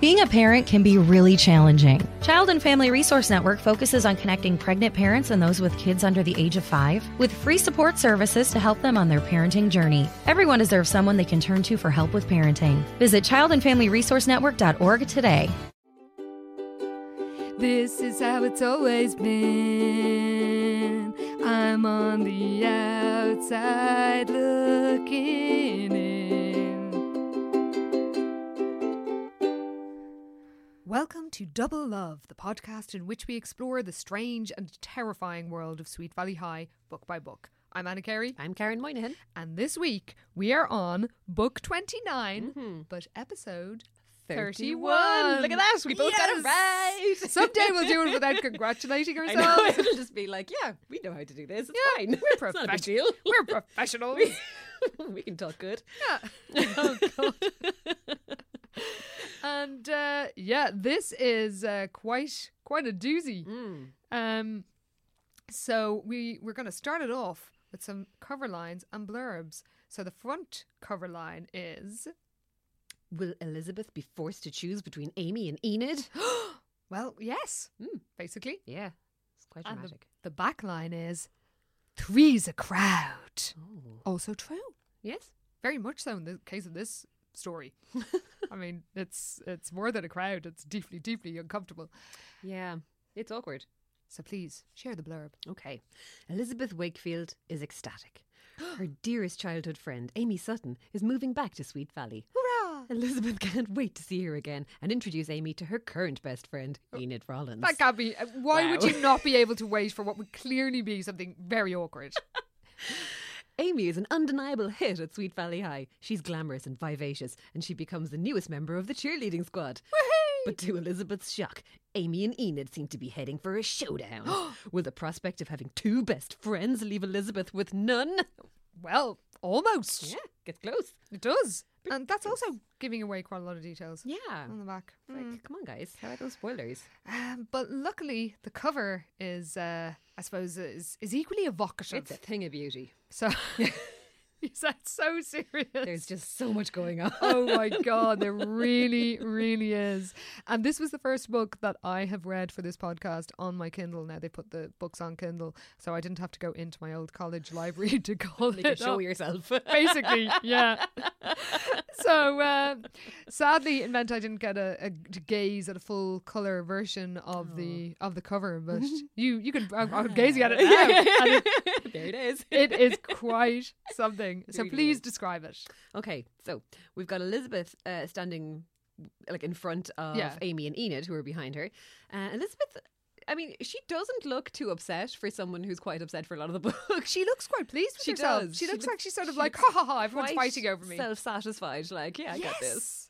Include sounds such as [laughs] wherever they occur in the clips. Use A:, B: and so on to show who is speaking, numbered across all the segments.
A: Being a parent can be really challenging. Child and Family Resource Network focuses on connecting pregnant parents and those with kids under the age of five with free support services to help them on their parenting journey. Everyone deserves someone they can turn to for help with parenting. Visit childandfamilyresourcenetwork.org today.
B: This is how it's always been. I'm on the outside looking in. Welcome to Double Love, the podcast in which we explore the strange and terrifying world of Sweet Valley High, book by book. I'm Anna Carey,
C: I'm Karen Moynihan.
B: and this week we are on book 29, but episode 31.
C: Mm-hmm. Look at that. We both got it right.
B: Someday we'll do it
C: [laughs]
B: without congratulating
C: I know.
B: ourselves.
C: [laughs] It'll just be like, yeah, we know how to do this. It's
B: Yeah,
C: fine.
B: we're
C: [laughs] it's not a
B: professional.
C: big deal.
B: We're professionals.
C: we can talk good.
B: Yeah. [laughs] Oh, God. and uh, yeah, this is uh, quite quite a doozy.
C: Hmm.
B: Um, so we we're going to start it off with some cover lines and blurbs. So the front cover line is
C: Will Elizabeth be forced to choose between Amy and Enid? [gasps]
B: well, yes,
C: Mm.
B: basically.
C: yeah, it's quite
B: And the,
C: dramatic.
B: the back line is three's a crowd.
C: Oh.
B: Also true.
C: Yes.
B: Very much so in the case of this story. I mean, it's it's more than a crowd. It's deeply, deeply uncomfortable.
C: Yeah. It's awkward.
B: So please share the blurb.
C: Okay. Elizabeth Wakefield is ecstatic. [gasps] Her dearest childhood friend, Amy Sutton, is moving back to Sweet Valley. [laughs]
B: Hurrah!
C: Elizabeth can't wait to see her again and introduce Amy to her current best friend, Enid Rollins.
B: That can't be. uh, Why would
C: Wow.
B: you not be able to wait for what would clearly be something very awkward?
C: Amy is an undeniable hit at Sweet Valley High. She's glamorous and vivacious, and she becomes the newest member of the cheerleading squad. But to Elizabeth's shock, Amy and Enid seem to be heading for a [gasps] showdown. Will the prospect of having two best friends leave Elizabeth with none?
B: well, almost.
C: [laughs] gets close.
B: It does. And that's also giving away quite a lot of details
C: Yeah.
B: on the back.
C: Like, come on, guys. How about those spoilers?
B: Um, but luckily, the cover is, uh, I suppose, is, is equally evocative.
C: It's a thing of beauty.
B: so, [laughs] you sound so serious.
C: There's just so much [laughs] going on.
B: oh my god there really really is and this was the first book that i have read for this podcast on my kindle now they put the books on kindle so i didn't have to go into my old college library [laughs] to call
C: Make a
B: it
C: show
B: up.
C: [laughs] of yourself.
B: basically yeah so uh, sadly it meant i didn't get a, a to gaze at a full color version of the of the cover but you you can i'm, I'm gazing at it now and it,
C: there it is.
B: it is quite something so
C: Really
B: please
C: is.
B: describe it
C: Okay, so we've got Elizabeth uh, standing like in front of
B: Yeah.
C: Amy and Enid, who are behind her. Uh, Elizabeth, I mean, she doesn't look too upset for someone who's quite upset for a lot of the [laughs] book. She looks quite
B: pleased with
C: She
B: herself.
C: does.
B: She looks like she's sort of like,
C: looks
B: ha ha ha, everyone's
C: quite
B: fighting over me.
C: Self-satisfied, like yeah, I got this.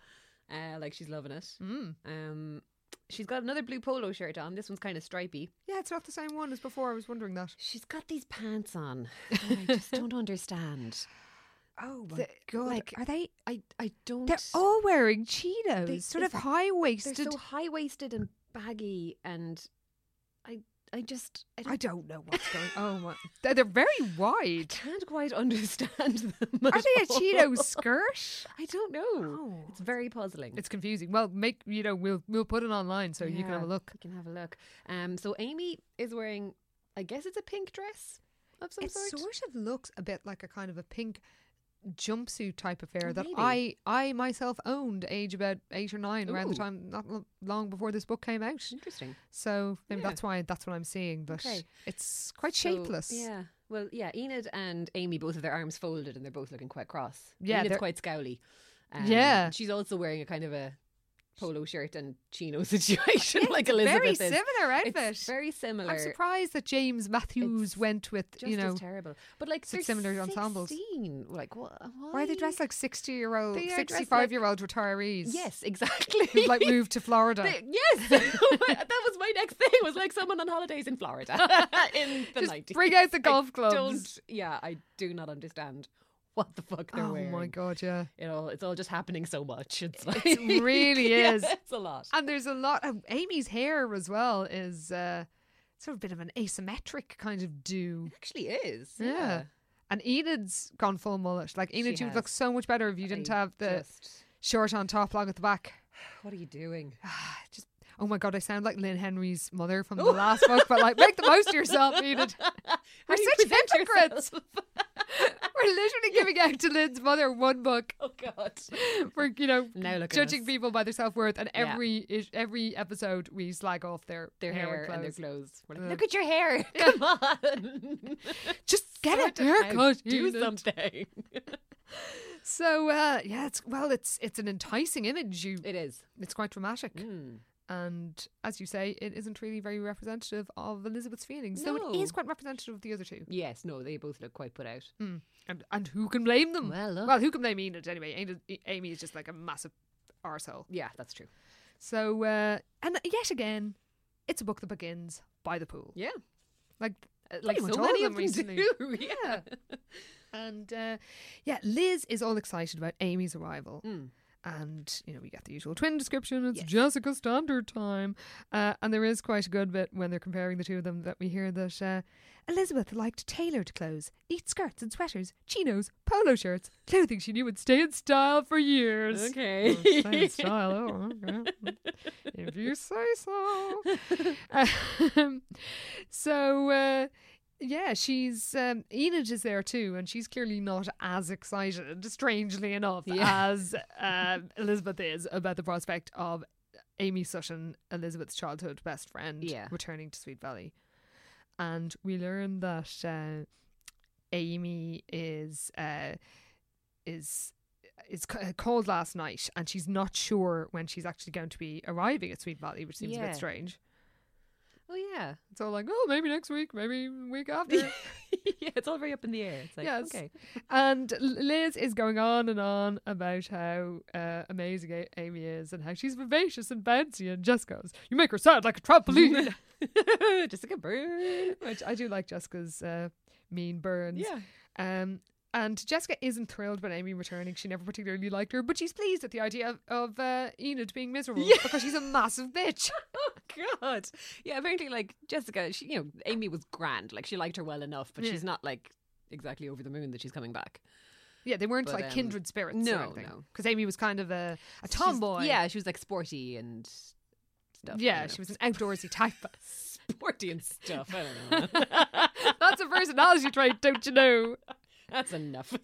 C: Uh, like she's loving it.
B: Mm.
C: Um, she's got another blue polo shirt on. This one's kind of stripy.
B: Yeah, it's not the same one as before. I was wondering that.
C: She's got these pants [laughs] on. I just don't understand.
B: Oh
C: my God,
B: are they?
C: I I don't.
B: They're all wearing Cheetos,
C: They-
B: sort
C: is
B: of
C: that-
B: high
C: They're
B: waisted.
C: so high waisted and baggy, and I I just I
B: [laughs]
C: don't,
B: I don't know what's [laughs] going. Oh my! They're, they're very
C: I
B: wide.
C: can't quite [laughs] understand them.
B: Are
C: at
B: they a [laughs]
C: all.
B: Cheeto skirt?
C: I don't know.
B: Oh.
C: It's very puzzling.
B: It's confusing. Well, make you know we'll we'll put it online so you can have a
C: Yeah,
B: look.
C: You can have a look. Um, so Amy is wearing, I guess it's a pink dress of some
B: it
C: sort.
B: sort of looks a bit like a kind of a pink jumpsuit type affair that
C: Maybe.
B: I I myself owned age about eight or nine around the
C: Ooh.
B: time not lo- long before this book came out.
C: Interesting.
B: So maybe
C: Yeah.
B: that's why that's what I'm seeing, but
C: Okay.
B: it's quite
C: So,
B: shapeless.
C: yeah. Well, yeah. Enid and Amy both have their arms folded and they're both looking quite Um, cross.
B: Yeah,
C: Enid's
B: they're-
C: quite scowly.
B: Yeah.
C: She's also wearing a kind of a. polo shirt and [laughs] chino situation like Elizabeth
B: Very
C: is.
B: similar outfit.
C: It's very similar.
B: I'm surprised that James Matthews went with
C: Just
B: you know
C: as terrible. But like
B: it's
C: they're
B: similar ensembles.
C: 16. Like what? Why?
B: why are they dressed like sixty year old,
C: They are dressed
B: sixty five year old retirees? [laughs]
C: Yes, exactly.
B: who
C: [laughs]
B: like moved to Florida. [laughs]
C: They- yes, [laughs] that was my next thing. Was like someone on holidays in Florida [laughs] in the
B: Just
C: 90s.
B: bring out the
C: I
B: golf clubs.
C: don't- yeah, I do not understand what the fuck they're
B: oh
C: wearing.
B: my god, yeah.
C: It all, it's all just happening so much. It's like, [laughs]
B: It really
C: Yeah,
B: is.
C: It's a lot.
B: And there's a lot of Amy's hair as well is uh, sort of a bit of an asymmetric kind of do.
C: actually is.
B: Yeah. And Enid's gone full mullet. Like Enid,
C: She
B: you would look
C: has.
B: so much better if you didn't
C: I
B: have the
C: just-
B: short on top, long at the back.
C: what are
B: [sighs]
C: you doing?
B: Just oh my god, I sound like Lynn Henry's mother from the last book, but like make the most of
C: [laughs]
B: yourself, Enid. We're
C: How do you
B: such
C: present
B: hypocrites.
C: yourself?
B: [laughs] We're literally giving out to Lynn's mother one book.
C: oh
B: [laughs]
C: God.
B: We're you know
C: [laughs] Now look at
B: judging
C: us.
B: people by their self worth, and
C: Yeah.
B: every is every episode we slag off their
C: Their hair, and their
B: clothes.
C: clothes. We're
B: Ugh.
C: like, Look at your hair. [laughs] Come on.
B: Just get
C: Sort
B: a
C: it
B: haircut.
C: out. Do
B: Enid.
C: something.
B: So uh, yeah, it's well, it's it's an enticing image. You,
C: [laughs] It is.
B: it's quite dramatic,
C: Mm.
B: and as you say, it isn't really very representative of Elizabeth's feelings. Though it
C: No.
B: is quite representative of the other two,
C: Yes. No. They both look quite put out.
B: mm. and and who can blame them?
C: Well, look.
B: well, who can blame Enid anyway? Enid, E- Amy is just like a massive arsehole.
C: Yeah, that's true.
B: So uh, and yet again, it's a book that begins by the pool,
C: Yeah.
B: like
C: Uh, Like
B: much
C: so
B: all of
C: many
B: them
C: of them
B: recently.
C: do. [laughs] Yeah.
B: and uh, yeah, Liz is all excited about Amy's arrival.
C: Mm.
B: and you know we get the usual twin description it's
C: Yes.
B: jessica standard time uh, and there is quite a good bit when they're comparing the two of them that we hear that uh, elizabeth liked tailored clothes neat skirts and sweaters chinos polo shirts clothing she knew would stay in style for years
C: Okay.
B: Oh, stay in style oh, okay. if you say so
C: [laughs]
B: um, so uh, yeah, she's um, Enid is there too, and she's clearly not as excited, strangely enough,
C: Yeah. [laughs]
B: as um, Elizabeth is about the prospect of Amy Sutton, Elizabeth's childhood best friend,
C: Yeah.
B: returning to Sweet Valley. And we learn that uh, Amy is uh, is is ca- called last night, and she's not sure when she's actually going to be arriving at Sweet Valley, which seems a
C: Yeah.
B: bit strange.
C: [laughs] Oh yeah.
B: It's all like, oh, maybe next week, maybe week after.
C: [laughs] yeah. It's all very up in the air. It's like
B: Yes.
C: [laughs] okay.
B: and L- Liz is going on and on about how uh, amazing A- Amy is and how she's vivacious and bouncy. And Jess goes, you make her sound like a
C: [laughs]
B: trampoline.
C: Jessica Burn.
B: Which I do like Jessica's uh, mean burns.
C: Yeah.
B: Um, and Jessica isn't thrilled about Amy returning. She never particularly liked her, but she's pleased at the idea of, of uh, Enid being miserable
C: [laughs] Yeah.
B: because she's a massive bitch.
C: Oh [laughs] God! Yeah, apparently, like Jessica, she, you know, Amy was grand. Like she liked her well enough, but
B: Yeah.
C: she's not like exactly over the moon that she's coming back.
B: Yeah, they weren't
C: But,
B: like
C: um,
B: kindred spirits.
C: no,
B: or anything.
C: no.
B: Because Amy was kind of a, a
C: She's-
B: tomboy.
C: yeah, she was like sporty and stuff. I
B: Yeah,
C: don't
B: she
C: know.
B: was an outdoorsy type.
C: sporty and stuff. I don't [laughs] know.
B: [laughs] That's a personality trait, don't you know?
C: That's enough.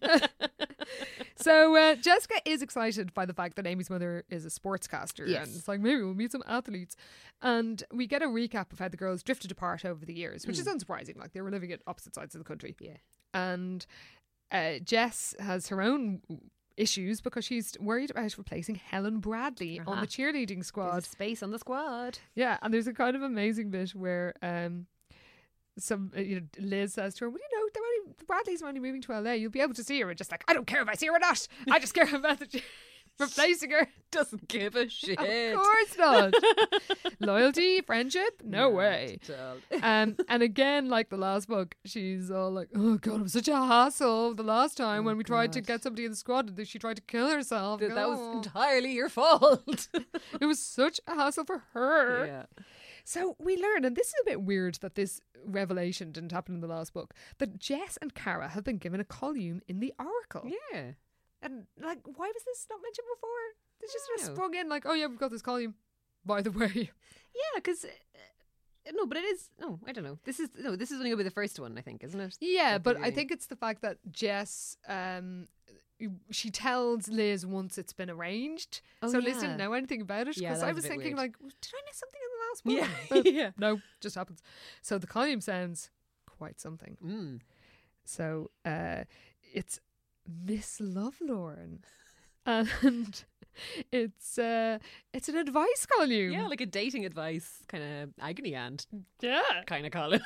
B: So uh, Jessica is excited by the fact that Amy's mother is a sportscaster,
C: Yes.
B: and it's like maybe we'll meet some athletes. And we get a recap of how the girls drifted apart over the years, which is unsurprising. Like they were living at opposite sides of the country.
C: Hmm. Yeah.
B: And uh, Jess has her own issues because she's worried about replacing Helen Bradley on
C: Uh-huh.
B: the cheerleading squad.
C: [laughs] There's space on the squad.
B: Yeah, and there's a kind of amazing bit where um, some uh, you know Liz says to her, "Well, you know, they're only the Bradleys are only moving to LA. You'll be able to see her." And just like, I don't care if I see her or not. I just care about that she- [laughs] replacing her. [laughs]
C: Doesn't give a shit.
B: Of course
C: [laughs]
B: not. Loyalty, friendship, no way.
C: uh, [laughs]
B: Um, and again, like the last book, she's all like, "Oh God, it was such a hassle the last time when we tried to
C: Oh God.
B: get somebody in the squad, and then she tried to kill herself.
C: That, that
B: No.
C: was entirely your fault. [laughs]
B: it was such a hassle for her."
C: yeah.
B: So we learn, and this is a bit weird that this revelation didn't happen in the last book, that Jess and Kara have been given a column in the Oracle.
C: Yeah.
B: And like, why was this not mentioned before? This just sort of
C: No.
B: sprung in, like, oh yeah, we've got this column. By the [laughs] way,
C: Yeah, because no, but it is no. I don't know. This is no. This is only gonna be the first one, I think, isn't it?
B: yeah,
C: At the
B: but I
C: beginning.
B: think it's the fact that Jess, um, she tells Liz once it's been arranged,
C: Oh,
B: so Liz
C: yeah.
B: didn't know anything about it.
C: Yeah,
B: Because
C: that
B: I
C: was a
B: was
C: bit
B: thinking,
C: weird.
B: like, did I miss something in the
C: Yeah,
B: last book? But
C: [laughs] yeah.
B: No, just happens. So the column sounds quite something.
C: Mm.
B: So uh, it's Miss Lovelorn. and [laughs] it's uh, it's an advice column.
C: Yeah, like a dating advice kind of agony aunt
B: yeah.
C: kind of [laughs] column.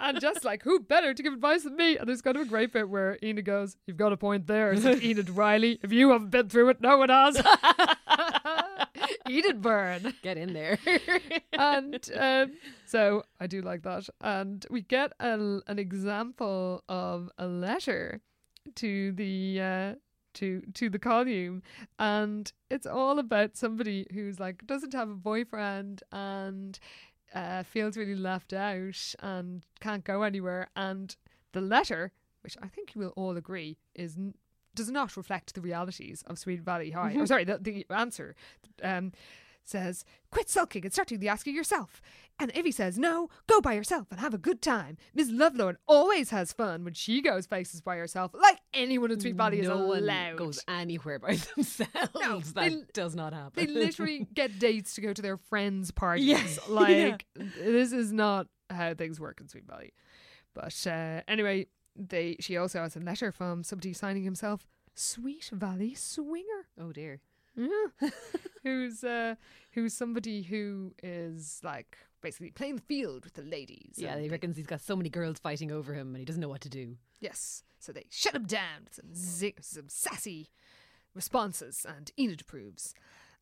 B: and just like, who better to give advice than me? And there's kind of a great bit where Enid goes, You've got a point there. It's
C: [laughs]
B: like, Enid Riley, if you haven't been through it, no one has. Enid Byrne.
C: Get in [laughs] there. Oh,
B: And um, so I do like that. And we get a, an example of a letter to the. Uh, to to the column and it's all about somebody who's like doesn't have a boyfriend and uh, feels really left out and can't go anywhere. And the letter, which I think you will all agree, is n- does not reflect the realities of Sweden Valley High.
C: Mm-hmm.
B: I'm sorry, the, the answer um, says, "Quit sulking and start doing the asking yourself." And if he says no, go by yourself and have a good time. Miss Lovelorn always has fun when she goes places by herself, like anyone in Sweet Valley
C: no
B: is
C: one
B: allowed.
C: goes anywhere by [laughs] themselves. that
B: they-
C: does not
B: they
C: [laughs] happen.
B: literally get dates to go to their friends' parties.
C: Yeah. [laughs]
B: Like this is not how things work in Sweet Valley. But uh, anyway, they she also has a letter from somebody signing himself Sweet Valley Swinger.
C: oh dear.
B: Yeah. who's uh, who's somebody who is like basically playing the field with the ladies.
C: Yeah,
B: and
C: he
B: they-
C: reckons he's got so many girls fighting over him and he doesn't know what to do.
B: Yes. So they shut him down with some, zi- some sassy responses, and Enid approves.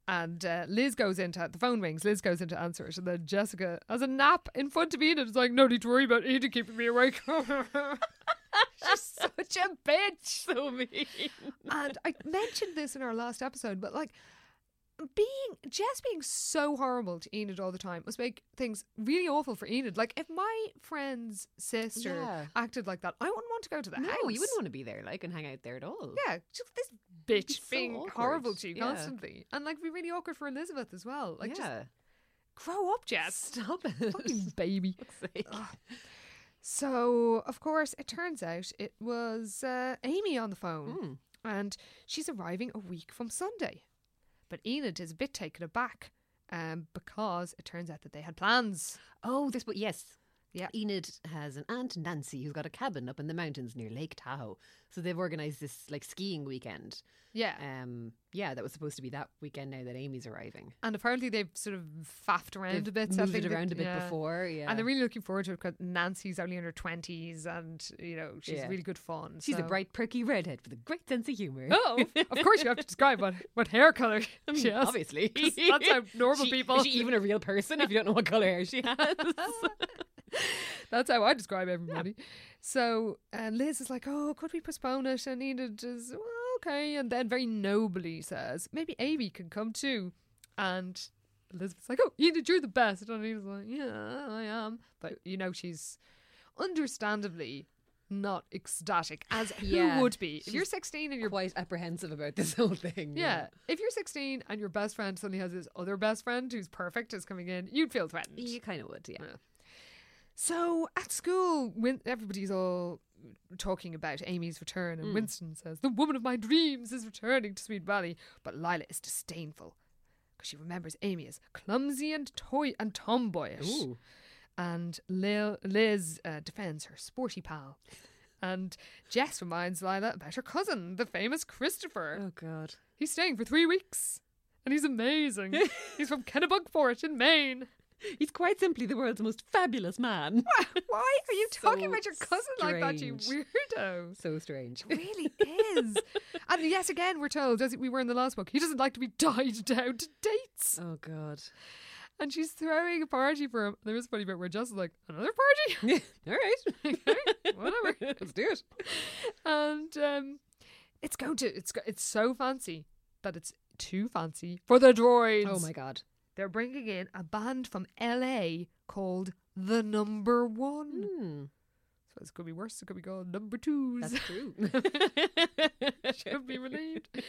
B: And uh, Liz goes into the phone rings. Liz goes in to answer it, and then Jessica has a nap in front of Enid. It's like no need to worry about Enid keeping me awake. [laughs] She's such a bitch.
C: So mean.
B: [laughs] And I mentioned this in our last episode, but like being Jess being so horrible to Enid all the time must make things really awful for Enid. Like if my friend's sister
C: Yeah.
B: acted like that, I wouldn't want to go to the
C: [laughs] No,
B: house.
C: you wouldn't want to be there, like, and hang out there at all.
B: Yeah, just this bitch
C: so
B: being
C: awkward.
B: horrible to you
C: Yeah.
B: constantly, and like be really awkward for Elizabeth as well. Like, just
C: yeah.
B: grow up, Jess,
C: Stop it. [laughs]
B: fucking baby. So of course, it turns out it was uh, Amy on the phone,
C: Hmm.
B: and she's arriving a week from Sunday. But Enid is a bit taken aback um, because it turns out that they had plans.
C: Oh, this, but yes.
B: Yeah.
C: Enid has an aunt Nancy who's got a cabin up in the mountains near Lake Tahoe. So they've organized this like skiing weekend.
B: Yeah,
C: Um yeah, that was supposed to be that weekend now that Amy's arriving.
B: and apparently they've sort of faffed around
C: They've
B: a bit, so I
C: moved
B: think
C: it
B: that-
C: around a bit
B: yeah.
C: before, yeah.
B: And they're really looking forward to it because Nancy's only in her 20s and, you know, she's
C: Yeah.
B: really good fun.
C: She's a
B: so-
C: bright perky redhead with a great sense of humor.
B: Oh, of course you have to describe what, what hair
C: [laughs]
B: color she has. [laughs]
C: Obviously.
B: 'Cause that's
C: [laughs]
B: how normal
C: She-
B: people.
C: Is she even a real person if you don't know what color
B: [laughs]
C: hair she has? [laughs]
B: That's how I describe everybody. So uh, Liz is like, oh, could we postpone it? And Enid is, well, okay. And then very nobly says, maybe Amy can come too. And Elizabeth's like, oh, Enid, you're the best. And Enid's like, yeah, I am. But, you know, she's understandably not ecstatic, as
C: Yeah,
B: who would be. If
C: she's
B: you're 16 and you're
C: quite apprehensive about this whole thing.
B: Yeah. If you're 16 and your best friend suddenly has this other best friend who's perfect is coming in, you'd feel threatened.
C: You kind of would, yeah.
B: So at school, when everybody's all talking about Amy's return, and Winston says, The woman of my dreams is returning to Sweet Valley. But Lila is disdainful because she remembers Amy as clumsy and toy and tomboyish.
C: Ooh.
B: And Lil- Liz uh, defends her sporty pal. And Jess reminds Lila about her cousin, the famous Christopher.
C: Oh god.
B: He's staying for three weeks. And he's [laughs] amazing. he's from Kennebunkport in Maine.
C: He's quite simply the world's most
B: [laughs]
C: fabulous man.
B: Why are you talking
C: So
B: about your cousin like that, you
C: strange.
B: weirdo?
C: so strange.
B: Really is. and yet again, we're told, as we were in the last book, he doesn't like to be [laughs] tied down to dates.
C: Oh god.
B: And she's throwing a party for him. There was a funny bit where Jess is like, another party? [laughs]
C: All right. [laughs]
B: Whatever.
C: Let's do it.
B: And um, it's going to, it's, go- it's so fancy that it's too fancy for the droids.
C: Oh my god.
B: they're bringing in a band from LA called The Number One. [laughs]
C: Hmm.
B: So it could be worse. It could be called Number Twos.
C: That's true.
B: Should
C: [laughs]
B: be relieved. [laughs]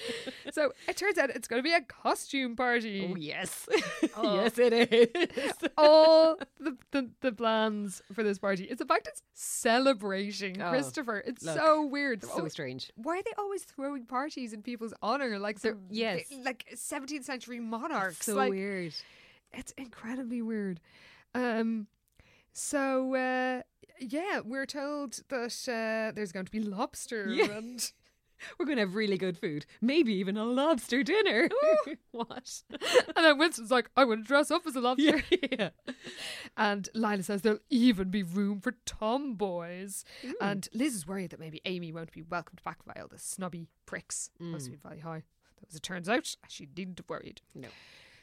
B: So it turns out it's going to be a costume party.
C: oh yes.
B: Mm.
C: [laughs]
B: Oh.
C: Yes it is.
B: [laughs] All the, the the plans for this party. It's the fact it's celebrating
C: Oh,
B: Christopher. It's
C: look.
B: so weird. They're
C: so
B: always-
C: strange.
B: why are they always throwing parties in people's honor? Like
C: They're-
B: some,
C: yes.
B: like 17th century monarchs.
C: So
B: like,
C: weird.
B: it's incredibly weird. Um, so uh, yeah, we're told that uh, there's going to be lobster
C: Yeah.
B: and
C: We're going to have really good food. Maybe even a lobster dinner. [laughs] what?
B: [laughs] And then Winston's like, I want to dress up as a lobster.
C: yeah. yeah.
B: And Lila says there'll even be room for tomboys. And Liz is worried that maybe Amy won't be welcomed back by all the snobby pricks of Sweet Valley High. But as it turns out, she needn't have worried.
C: No.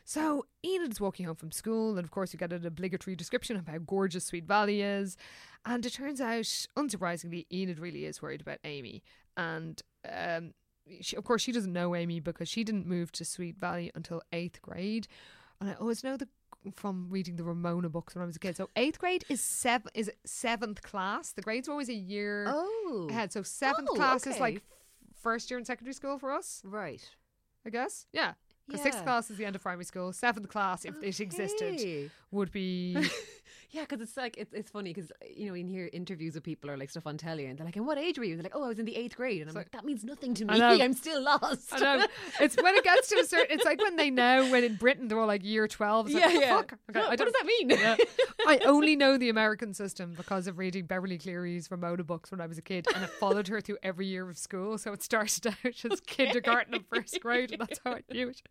B: So Enid's walking home from school, and of course, we get an obligatory description of how gorgeous Sweet Valley is. And it turns out, unsurprisingly, Enid really is worried about Amy. And um, she, of course, she doesn't know Amy because she didn't move to Sweet Valley until eighth grade. And I always know the from reading the Ramona books when I was a kid. So eighth grade is seven is seventh class. The grades were always a year
C: Oh.
B: ahead. So seventh
C: Oh,
B: class is
C: okay.
B: like f- first year in secondary school for us.
C: Right.
B: I guess. Yeah. 'Cause sixth
C: Yeah.
B: class is the end of primary school. Seventh class, if it existed,
C: Okay.
B: would
C: [laughs]
B: be.
C: Yeah, because it's like it's, it's funny because you know in here interviews with people or like stuff on telly and they're like, "And what age were you?" And they're like, "Oh, I was in the eighth grade," and I'm like, "That means nothing to me.
B: know.
C: [laughs] I'm still lost." [laughs]
B: I know. It's when it gets to a certain. It's like when they know when in Britain they're all like year twelve. It's like,
C: yeah,
B: "Oh,
C: yeah.
B: Fuck. Okay,
C: what,
B: I don't,
C: does that mean?
B: [laughs]
C: [laughs]
B: I only know the American system because of reading Beverly Cleary's Ramona books when I was a kid, and it followed her through every year of school. So it started [laughs] out as kindergarten and first grade, and that's how I knew it.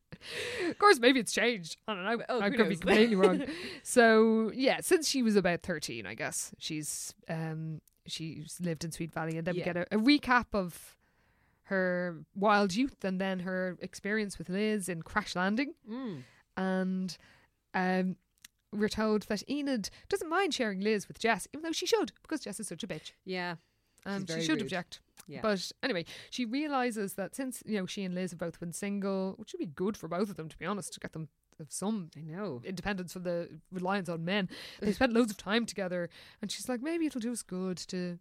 B: Of course, maybe it's changed. I don't know.
C: Oh,
B: I
C: who
B: could be
C: knows?
B: completely wrong.
C: [laughs]
B: So yeah, since she was about thirteen, I guess she's um she's lived in Sweet Valley, and then we
C: Yeah.
B: get a, a recap of her wild youth and then her experience with Liz in Crash Landing
C: Mm.
B: and um, we're told that Enid doesn't mind sharing Liz with Jess, even though she should, because Jess is such a bitch.
C: Yeah.
B: Um, she
C: very
B: should
C: rude.
B: object.
C: Yeah.
B: But anyway, she realizes that since you know she and Liz have both been single, which would be good for both of them, to be honest, to get them of some
C: I know.
B: independence from the reliance on
C: [sighs]
B: men. They spent loads of time together, and she's like, maybe it'll do us good to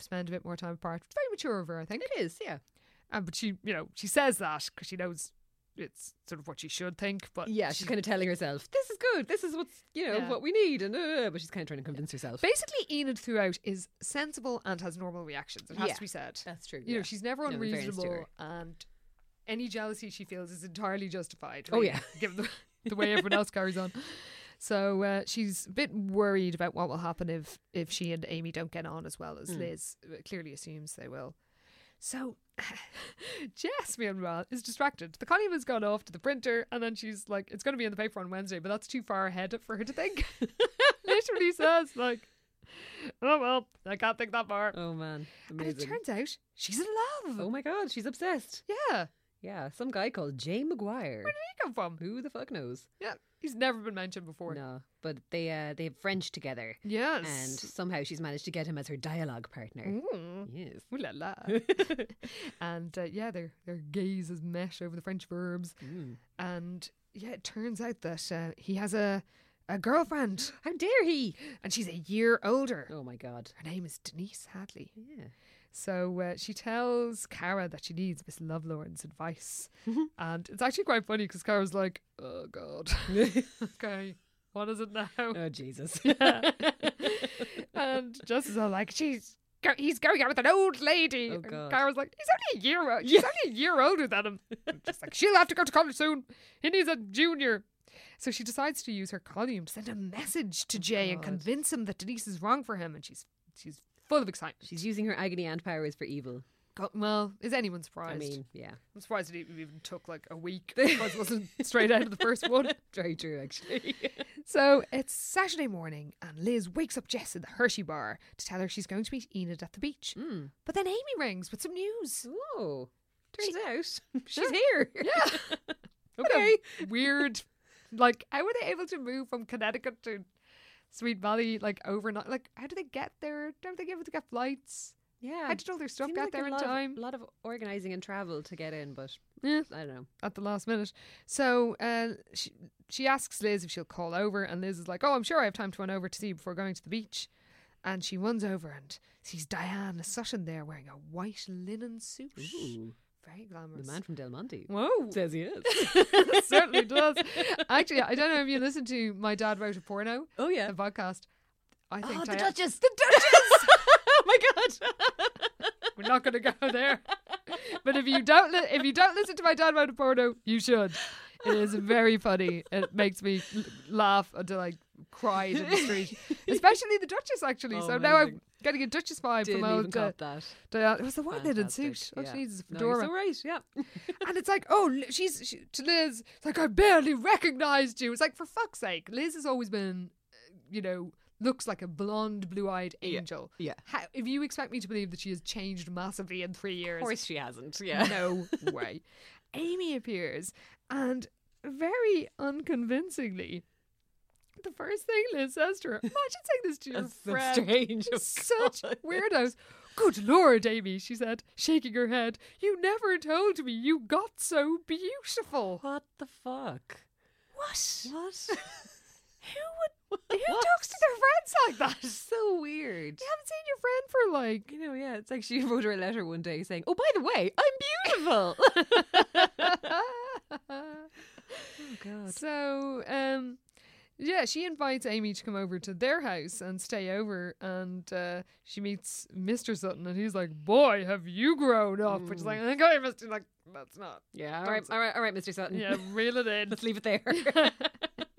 B: spend a bit more time apart. Very mature of her, I think.
C: It is. Yeah.
B: Um, but she, you know, she says that because she knows it's sort of what she should think. But
C: Yeah, she's kind of telling herself, "This is good. This is what's you know
B: Yeah.
C: what we need," and uh, but she's kind of trying to convince herself.
B: Basically, Enid throughout is sensible and has normal reactions. It has
C: Yeah.
B: to be said.
C: That's true.
B: You know, she's never
C: No, in fairness to
B: unreasonable,
C: her.
B: and any jealousy she feels is entirely justified.
C: Oh,
B: really,
C: yeah.
B: [laughs] given the, the way everyone else carries on. So uh, she's a bit worried about what will happen if if she and Amy don't get on as well
C: Hmm.
B: as Liz uh, clearly assumes they will. So [laughs] Jess, meanwhile, is distracted. The column has gone off to the printer, and then she's like, "It's going to be in the paper on Wednesday," but that's too far ahead for her to think. [laughs] Literally says like, "Oh well, I can't think that far."
C: oh man,
B: and it
C: amazing.
B: turns out she's in love.
C: oh my god, she's obsessed.
B: Yeah.
C: Yeah, some guy called Jay McGuire.
B: Where did he come from?
C: Who the fuck knows?
B: Yeah. He's never been mentioned before.
C: No, but they uh, they have French together,
B: Yes.
C: and somehow she's managed to get him as her dialogue partner.
B: Mm.
C: Yes.
B: Ooh la
C: [laughs]
B: la. and uh, yeah, their their gaze is mesh over the French verbs.
C: Mm.
B: And yeah, it turns out that uh, he has a a girlfriend, [gasps]
C: How dare he?
B: and she's a year older.
C: Oh my god. [laughs]
B: Her name is Denise Hadley.
C: Yeah.
B: So uh, she tells Cara that she needs Miss Lovelorn's [laughs] advice. and it's actually quite funny because Cara's like, oh, God. [laughs] okay, what is it now? [laughs]
C: Oh Jesus.
B: and Jess is all like, she's go- he's going out with an old lady.
C: Oh,
B: and
C: God.
B: Cara's like, he's only a year old. She's only a year older than
C: [laughs]
B: him. And Just like she'll have to go to college soon. He needs a junior. So she decides to use her column to send a message to Jay and
C: Oh, God.
B: convince him that Denise is wrong for him. And she's she's full of excitement.
C: she's using her agony aunt powers for evil.
B: Go- well, is anyone surprised?
C: I mean, yeah.
B: I'm surprised it even even took like a week. [laughs] because it wasn't straight out of the first one.
C: [laughs] Very true, actually. [laughs]
B: So it's Saturday morning, and Liz wakes up Jess in the Hershey bar to tell her she's going to meet Enid at the beach.
C: Mm.
B: But then Amy rings with some news.
C: Oh,
B: She-
C: turns
B: [laughs]
C: out [laughs] she's here.
B: Yeah.
C: okay.
B: Weird. Like, how were they able to move from Connecticut to Sweet Valley like overnight? Like, how do they get there? Don't they be able to get flights?
C: Yeah.
B: How did all their stuff
C: Seems
B: get
C: like
B: there
C: a
B: in
C: lot of-
B: time?
C: A lot of organizing and travel to get in, but
B: Yeah.
C: I don't know.
B: at the last minute. So uh, she she asks Liz if she'll call over, and Liz is like, "Oh, I'm sure I have time to run over to see you before going to the beach." And she runs over and sees Diana Sutton there wearing a white linen suit, very
C: the
B: glamorous.
C: man from Del Monte [laughs]
B: Whoa,
C: says he is.
B: [laughs] certainly does. Actually, I don't know if you listened to my dad wrote a porno,
C: oh yeah.
B: the podcast. I think
C: Oh, the
B: Dia-
C: Duchess. The Duchess. [laughs] oh my god.
B: we're not going to go there. But if you don't li- if you don't listen to my dad wrote a porno, you should. It is very funny. It makes me
C: [laughs]
B: l- laugh until I cried in the street, especially the Duchess. Actually,
C: Oh,
B: so now I
C: amazing.
B: Getting a Duchess vibe
C: Didn't
B: from
C: even
B: old. Uh,
C: caught that.
B: Diana. It was the white linen
C: Fantastic,
B: suit. Oh,
C: yeah.
B: she's a
C: No, you're
B: fedora.
C: so right, yeah.
B: and it's like, oh, Li- she's she, to Liz. It's like I barely recognised you. It's like for fuck's sake, Liz has always been, uh, you know, looks like a blonde, blue-eyed angel.
C: yeah.
B: How, if you expect me to believe that she has changed massively in three years,
C: Of course she hasn't, [laughs] yeah.
B: no way. Amy appears, and very unconvincingly, the first thing Liz says to her, imagine saying this to your
C: [laughs] That's so
B: friend.
C: strange. of
B: Such
C: course.
B: weirdos. Good Lord, Amy, she said, shaking her head. You never told me you got so beautiful.
C: What the fuck?
B: What?
C: [laughs] What?
B: Who
C: [laughs]
B: would. Who
C: What?
B: talks to their friends like that? [laughs]
C: so weird.
B: You haven't seen your friend for like.
C: You know, yeah, it's like she wrote her a letter one day saying, Oh, by the way, [laughs] I'm beautiful. oh, God.
B: So, um, yeah, she invites Amy to come over to their house and stay over, and uh, she meets Mr. Sutton, and he's like, "Boy, have you grown up?" Which is like, [laughs] "Okay, Mr. Like, that's not.
C: Yeah, all
B: Don't
C: right,
B: say-
C: all right, all right, Mr. Sutton.
B: Yeah, reel it in."
C: [laughs] Let's leave it there.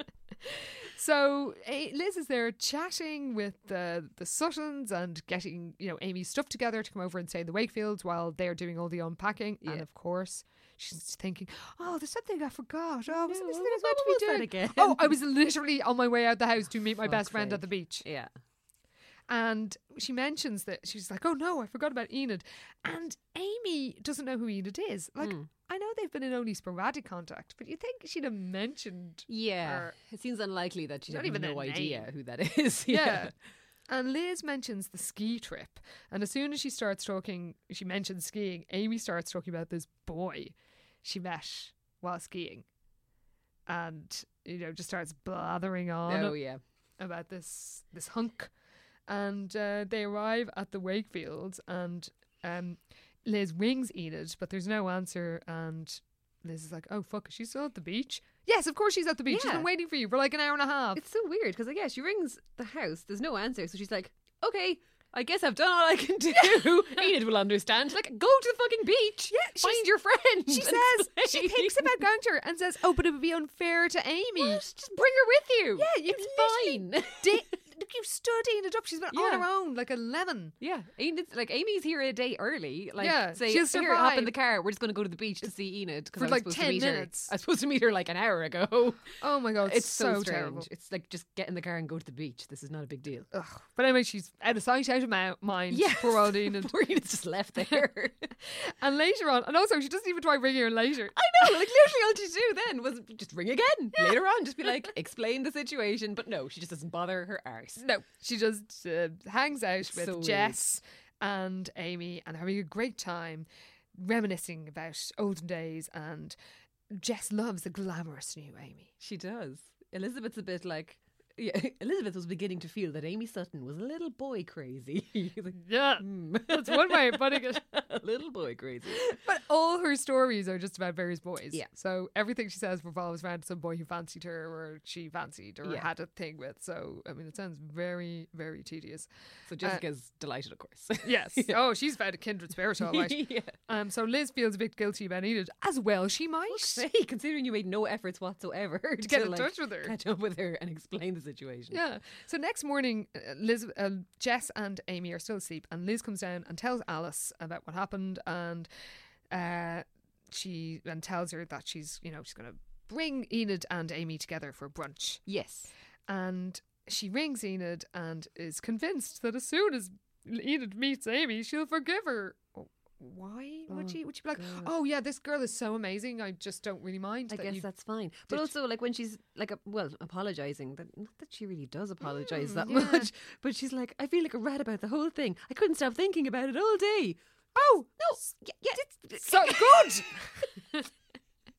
C: [laughs]
B: so A- Liz is there chatting with the the Suttons and getting you know Amy's stuff together to come over and stay in the Wakefields while they're doing all the unpacking. And of course, she's thinking, "Oh, there's something I forgot. Oh, wasn't this
C: no,
B: thing I was meant
C: what- what
B: to be
C: was
B: doing
C: that again?"
B: Oh, I was literally on my way out the house to meet my
C: Fuck's
B: best friend
C: sake.
B: at the beach."
C: yeah.
B: And she mentions that she's like, "Oh no, I forgot about Enid," and Amy doesn't know who Enid is. Like.
C: Hmm.
B: I know they've been in only sporadic contact, but you think she'd have mentioned
C: Yeah.
B: Or-
C: it seems unlikely that she's
B: Not
C: have
B: even
C: no
B: a
C: idea
B: name.
C: who that [laughs] is.
B: Yeah. And Liz mentions the ski trip. And as soon as she starts talking, she mentions skiing, Amy starts talking about this boy she met while skiing. And, you know, just starts blathering on
C: Oh, yeah.
B: about this this hunk. And uh, they arrive at the Wakefields and um, Liz rings Enid, but there's no answer. And Liz is like, oh, fuck, she's still at the beach? Yes, of course she's at the beach. She's
C: Yeah.
B: been waiting for you for like an hour and a half.
C: It's so weird because, like, yeah, she rings the house. There's no answer. So she's like, okay, I guess I've done all I can do. [laughs] Enid will understand. Like, go to the fucking beach. Yeah, find
B: she's-
C: your friend. [laughs]
B: She
C: and
B: says she [laughs]
C: play."
B: thinks about going to her and says, "Oh, but it would be unfair to Amy."
C: Just, just bring her with you.
B: Yeah, you
C: it's [laughs] fine.
B: Di- look, you stood Enid up. She's been on
C: Yeah.
B: her own like a lemon.
C: yeah, Enid's like Amy's here a day early. Like,
B: Yeah,
C: say,
B: she'll
C: here, hop in
B: survive.
C: the car. We're just going to go to the beach to see Enid because
B: For
C: I was
B: like
C: supposed
B: 10
C: to meet
B: minutes.
C: her. I was supposed to meet her like an hour ago. [laughs]
B: Oh my god,
C: It's,
B: it's,
C: so, strange.
B: terrible.
C: It's like just get in the car and go to the beach. This is not a big deal.
B: Ugh. But anyway, she's out of sight, out of mou- mind.
C: Yes.
B: poor old [laughs] Enid.
C: [laughs] Poor Enid's just [laughs] left there.
B: and later on, and also she doesn't even try ringing her later.
C: I know, like literally all she do then was just ring again later on, just be like, explain the situation. But no, she just doesn't bother her arse.
B: [laughs] No, she just uh, hangs out with
C: So weird.
B: Jess and Amy and having a great time reminiscing about olden days and. Jess loves a glamorous new Amy.
C: She does. Elizabeth's a bit like. Yeah, [laughs] Elizabeth was beginning to feel that Amy Sutton was a little boy crazy. [laughs] Like,
B: Yeah,
C: hmm. [laughs]
B: that's one way of putting [laughs] it.
C: a little boy crazy.
B: But all her stories are just about various boys.
C: Yeah.
B: So everything she says revolves around some boy who fancied her or she fancied or
C: Yeah.
B: had a thing with. So, I mean, it sounds very, very
C: [laughs]
B: tedious.
C: So Jessica's delighted, of course.
B: Yes. Oh, she's found a kindred spirit, all
C: [laughs]
B: right.
C: yeah.
B: um, so Liz feels a bit guilty about Enid, as well she might.
C: [laughs] Hey, considering you made no efforts whatsoever [laughs] to,
B: get in touch with her.
C: catch up with her, and explain the situation.
B: Yeah. So next morning, uh, Liz, uh, Jess, and Amy are still asleep, and Liz comes down and tells Alice about what happened, and uh, she and tells her that she's, you know, she's going to bring Enid and Amy together for brunch,
C: Yes.
B: and she rings Enid and is convinced that as soon as Enid meets Amy, she'll forgive her. Oh, Why would she? Would she be like, "Oh yeah, this girl is so amazing. I just don't really mind."
C: I
B: that
C: guess
B: you
C: that's fine. But also, like when she's like, a, well, apologizing. That not that she really does apologize that
B: Mm, yeah.
C: much, [laughs] but she's like, I feel like a rat about the whole thing. I couldn't stop thinking about it all day. Oh no! Yeah, [laughs] yeah.
B: [laughs] so good."
C: [laughs]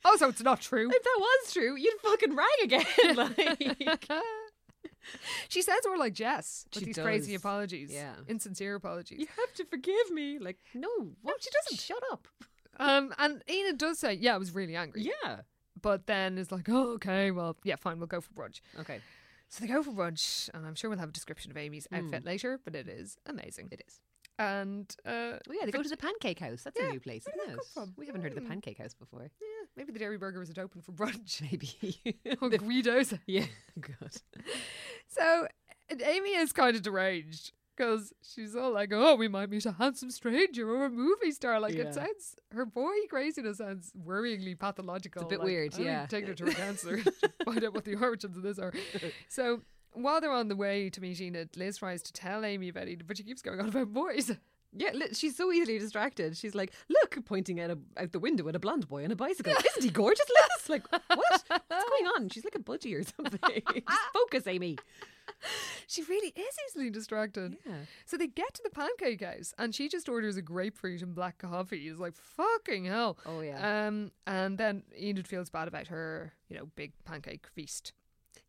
B: also, it's not true.
C: if that was true, you'd fucking rag again. [laughs]
B: [laughs]
C: like,
B: She sounds more like Jess with
C: She
B: these crazy
C: does.
B: apologies,
C: Yeah.
B: insincere apologies.
C: you have to forgive me. Like, no, what?
B: she doesn't.
C: Shut up.
B: Um, and Enid does say, "Yeah, I was really angry,"
C: Yeah.
B: but then is like, "Oh, okay, well, yeah, fine, we'll go for brunch."
C: Okay.
B: So they go for brunch, and I'm sure we'll have a description of Amy's outfit later, but it is amazing.
C: Hmm. It is.
B: And uh,
C: Oh yeah, they
B: [laughs]
C: go to the Pancake House. That's
B: Yeah,
C: a new place,
B: where did
C: isn't
B: that
C: it?
B: come from?
C: We haven't heard of
B: Mm.
C: the Pancake House before.
B: yeah, maybe the dairy burger isn't open for brunch.
C: [laughs] Maybe.
B: Oh, Guido's.
C: yeah. [laughs] God.
B: So Amy is kind of deranged. because she's all like, "Oh, we might meet a handsome stranger or a movie star." Like
C: Yeah.
B: it sounds, her boy craziness sounds worryingly pathological.
C: bit
B: Like,
C: weird,
B: I need to
C: yeah.
B: take her to a
C: [laughs]
B: counselor, to [laughs] find out what the origins of this are. So. While they're on the way to meet Enid, Liz tries to tell Amy about Enid, but she keeps going on about boys.
C: Yeah, li- she's so easily distracted. She's like, look, pointing out, a, out the window at a blonde boy on a bicycle. [laughs] Isn't he gorgeous, Liz? Like, what? What's going on? She's like a budgie or something. [laughs] Just focus, Amy.
B: She really is easily distracted.
C: Yeah.
B: So they get to the pancake house and she just orders a grapefruit and black coffee. It's like, fucking hell.
C: Oh, yeah.
B: Um, and then Enid feels bad about her, you know, big pancake feast.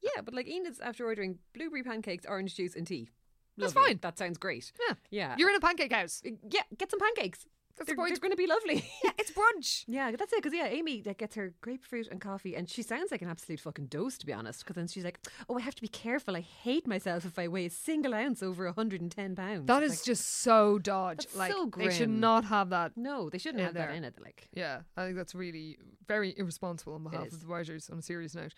C: Yeah, but like Enid's after ordering blueberry pancakes, orange juice, and tea.
B: That's
C: Lovely.
B: fine.
C: That sounds great.
B: Yeah.
C: Yeah.
B: You're in a pancake house.
C: yeah, get some pancakes.
B: That's
C: they're,
B: the point.
C: They're going to be lovely. [laughs]
B: Yeah, it's brunch.
C: Yeah, that's it. Because yeah, Amy that gets her grapefruit and coffee, and she sounds like an absolute fucking dose, to be honest. Because then she's like, "Oh, I have to be careful. I hate myself if I weigh a single ounce over hundred and ten pounds."
B: That
C: It's
B: is
C: like,
B: just so dodge.
C: That's
B: like
C: so
B: they should
C: grim.
B: not have that.
C: no, they shouldn't
B: Yeah,
C: have that
B: there.
C: in it. Like,
B: Yeah, I think that's really very irresponsible on behalf
C: is.
B: of the writers on a serious note.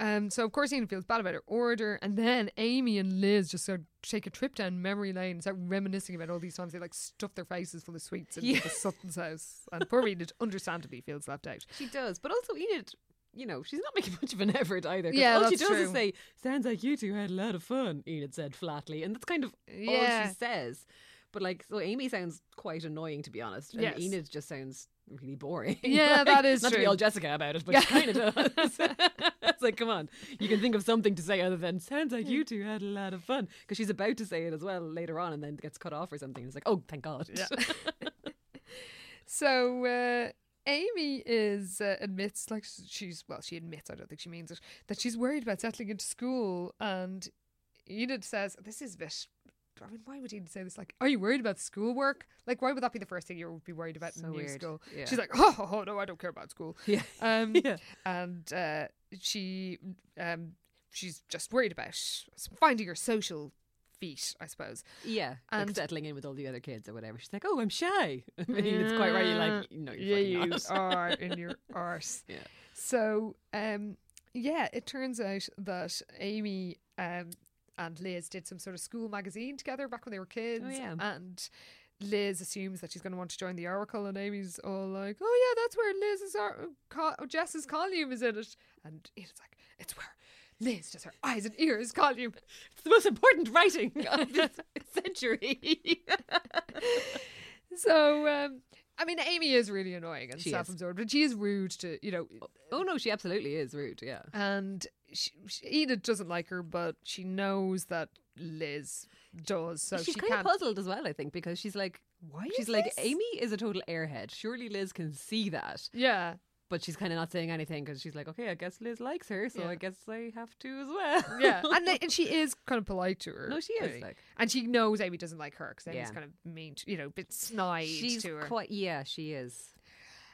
B: Um, so of course Enid feels bad about her order, and then Amy and Liz just sort of take a trip down memory lane and start reminiscing about all these times they like stuffed their faces full of sweets in
C: Yeah.
B: the Sutton's house, and poor Enid understandably feels left out.
C: she does, but also Enid. You know, she's not making [laughs] much of an effort either. 'cause
B: Yeah,
C: all she
B: that's
C: does is
B: true.
C: say, "Sounds like you two had a lot of fun," Enid said flatly, and that's kind of all
B: Yeah.
C: she says. But like, so Amy sounds quite annoying, to be honest, and
B: Yes.
C: Enid just sounds really boring. [laughs]
B: Yeah,
C: Like,
B: that is
C: not to be
B: true.
C: all Jessica about it, but she kind of
B: [laughs]
C: does. it's like, come on, you can think of something to say other than "sounds like
B: Mm.
C: you two had a lot of fun" because she's about to say it as well later on, and then gets cut off or something. It's like, oh, thank God. [laughs]
B: Yeah. So uh, Amy is uh, admits like s- she's well she admits I don't think she means it that she's worried about settling into school and Enid says this is a bit I mean why would Enid say this like are you worried about schoolwork like why would that be the first thing you would be worried about
C: So
B: in new
C: weird.
B: school
C: Yeah.
B: she's like oh, oh, oh, no I don't care about school
C: [laughs] Yeah.
B: um
C: [laughs] Yeah.
B: and uh, she um she's just worried about finding her social feet I suppose
C: Yeah,
B: And-
C: like settling in with all the other kids or whatever. She's like, "Oh, I'm shy." [laughs] I mean, it's quite right. You're like, "No, you're fucking
B: yeah, you
C: [laughs] not."
B: are in your arse.
C: Yeah.
B: So, um, yeah, it turns out that Amy um, and Liz did some sort of school magazine together back when they were kids.
C: Oh, yeah.
B: And Liz assumes that she's going to want to join the Oracle, and Amy's all like, "Oh yeah, that's where Liz's or- co- Jess's column is in it." And it's like, "It's where." Liz does her eyes and ears column.
C: It's the most important writing [laughs] of this
B: [laughs]
C: century.
B: So, um, I mean, Amy is really annoying and
C: She is.
B: self absorbed, and she is rude to, you know,
C: oh no, she absolutely is rude. Yeah,
B: and she, she, Enid doesn't like her, but she knows that Liz does, so
C: she's
B: she
C: kind
B: can't.
C: of puzzled as well. I think because she's like,
B: Why is
C: she's like,
B: this?
C: Amy is a total airhead. Surely Liz can see that,
B: Yeah,
C: but she's kind of not saying anything because she's like, "Okay, I guess Liz likes her, so
B: Yeah.
C: I guess I have to as well." [laughs]
B: yeah, and they- and she is kind of polite to her.
C: No, she is,
B: really.
C: like-
B: and she knows Amy doesn't like her because Amy's
C: Yeah.
B: kind of mean, to, you know, a bit snide
C: she's
B: to her.
C: quite. Yeah, she is.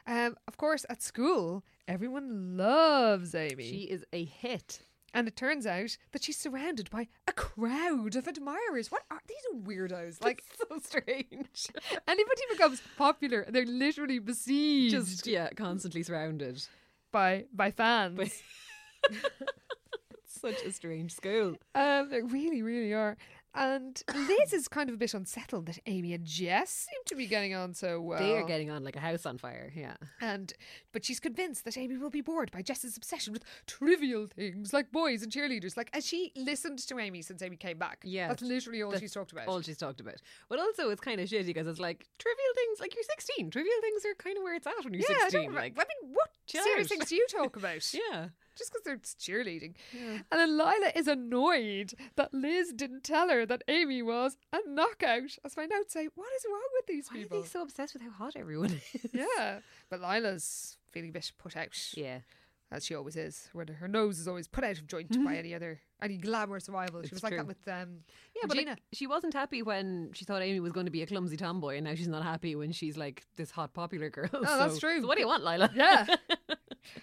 B: um, of course, at school, everyone loves Amy,
C: She is a hit.
B: and it turns out that she's surrounded by a crowd of admirers. What are these are weirdos? Like
C: [laughs] so strange.
B: [laughs] anybody becomes popular, and they're literally besieged
C: Just yeah, constantly surrounded.
B: by by fans.
C: [laughs] Such a strange school.
B: Um, they really, really are. And Liz is kind of a bit unsettled that Amy and Jess seem to be getting on so well.
C: They are getting on like a house on fire. Yeah.
B: and but she's convinced that Amy will be bored by Jess's obsession with trivial things like boys and cheerleaders. Like, and she listened to Amy since Amy came back.
C: Yeah.
B: that's literally all
C: That's
B: she's talked about.
C: All she's talked about. But also, it's kind of shitty because it's like trivial things. Like you're 16. Trivial things are kind of where it's at when you're
B: yeah, I,
C: 16.
B: don't,
C: like,
B: like, I mean, what
C: chill
B: serious
C: out.
B: things do you talk about?
C: [laughs] yeah.
B: just because they're just cheerleading. And then Lila is annoyed that Liz didn't tell her that Amy was a knockout. As my notes say, what is wrong with these
C: Why
B: people?
C: are they so obsessed with how hot everyone is?
B: [laughs] Yeah, but Lila's feeling a bit put out,
C: Yeah.
B: as she always is. Where her nose is always put out of joint
C: [laughs]
B: by any other any glamorous rival. She
C: It's
B: was like that
C: true.
B: with um,
C: [laughs] Yeah, but
B: Regina.
C: like, she wasn't happy when she thought Amy was going to be a clumsy tomboy, and now she's not happy when she's like this hot popular girl.
B: Oh, that's
C: [laughs] So-
B: true.
C: So what do you want, Lila?
B: yeah,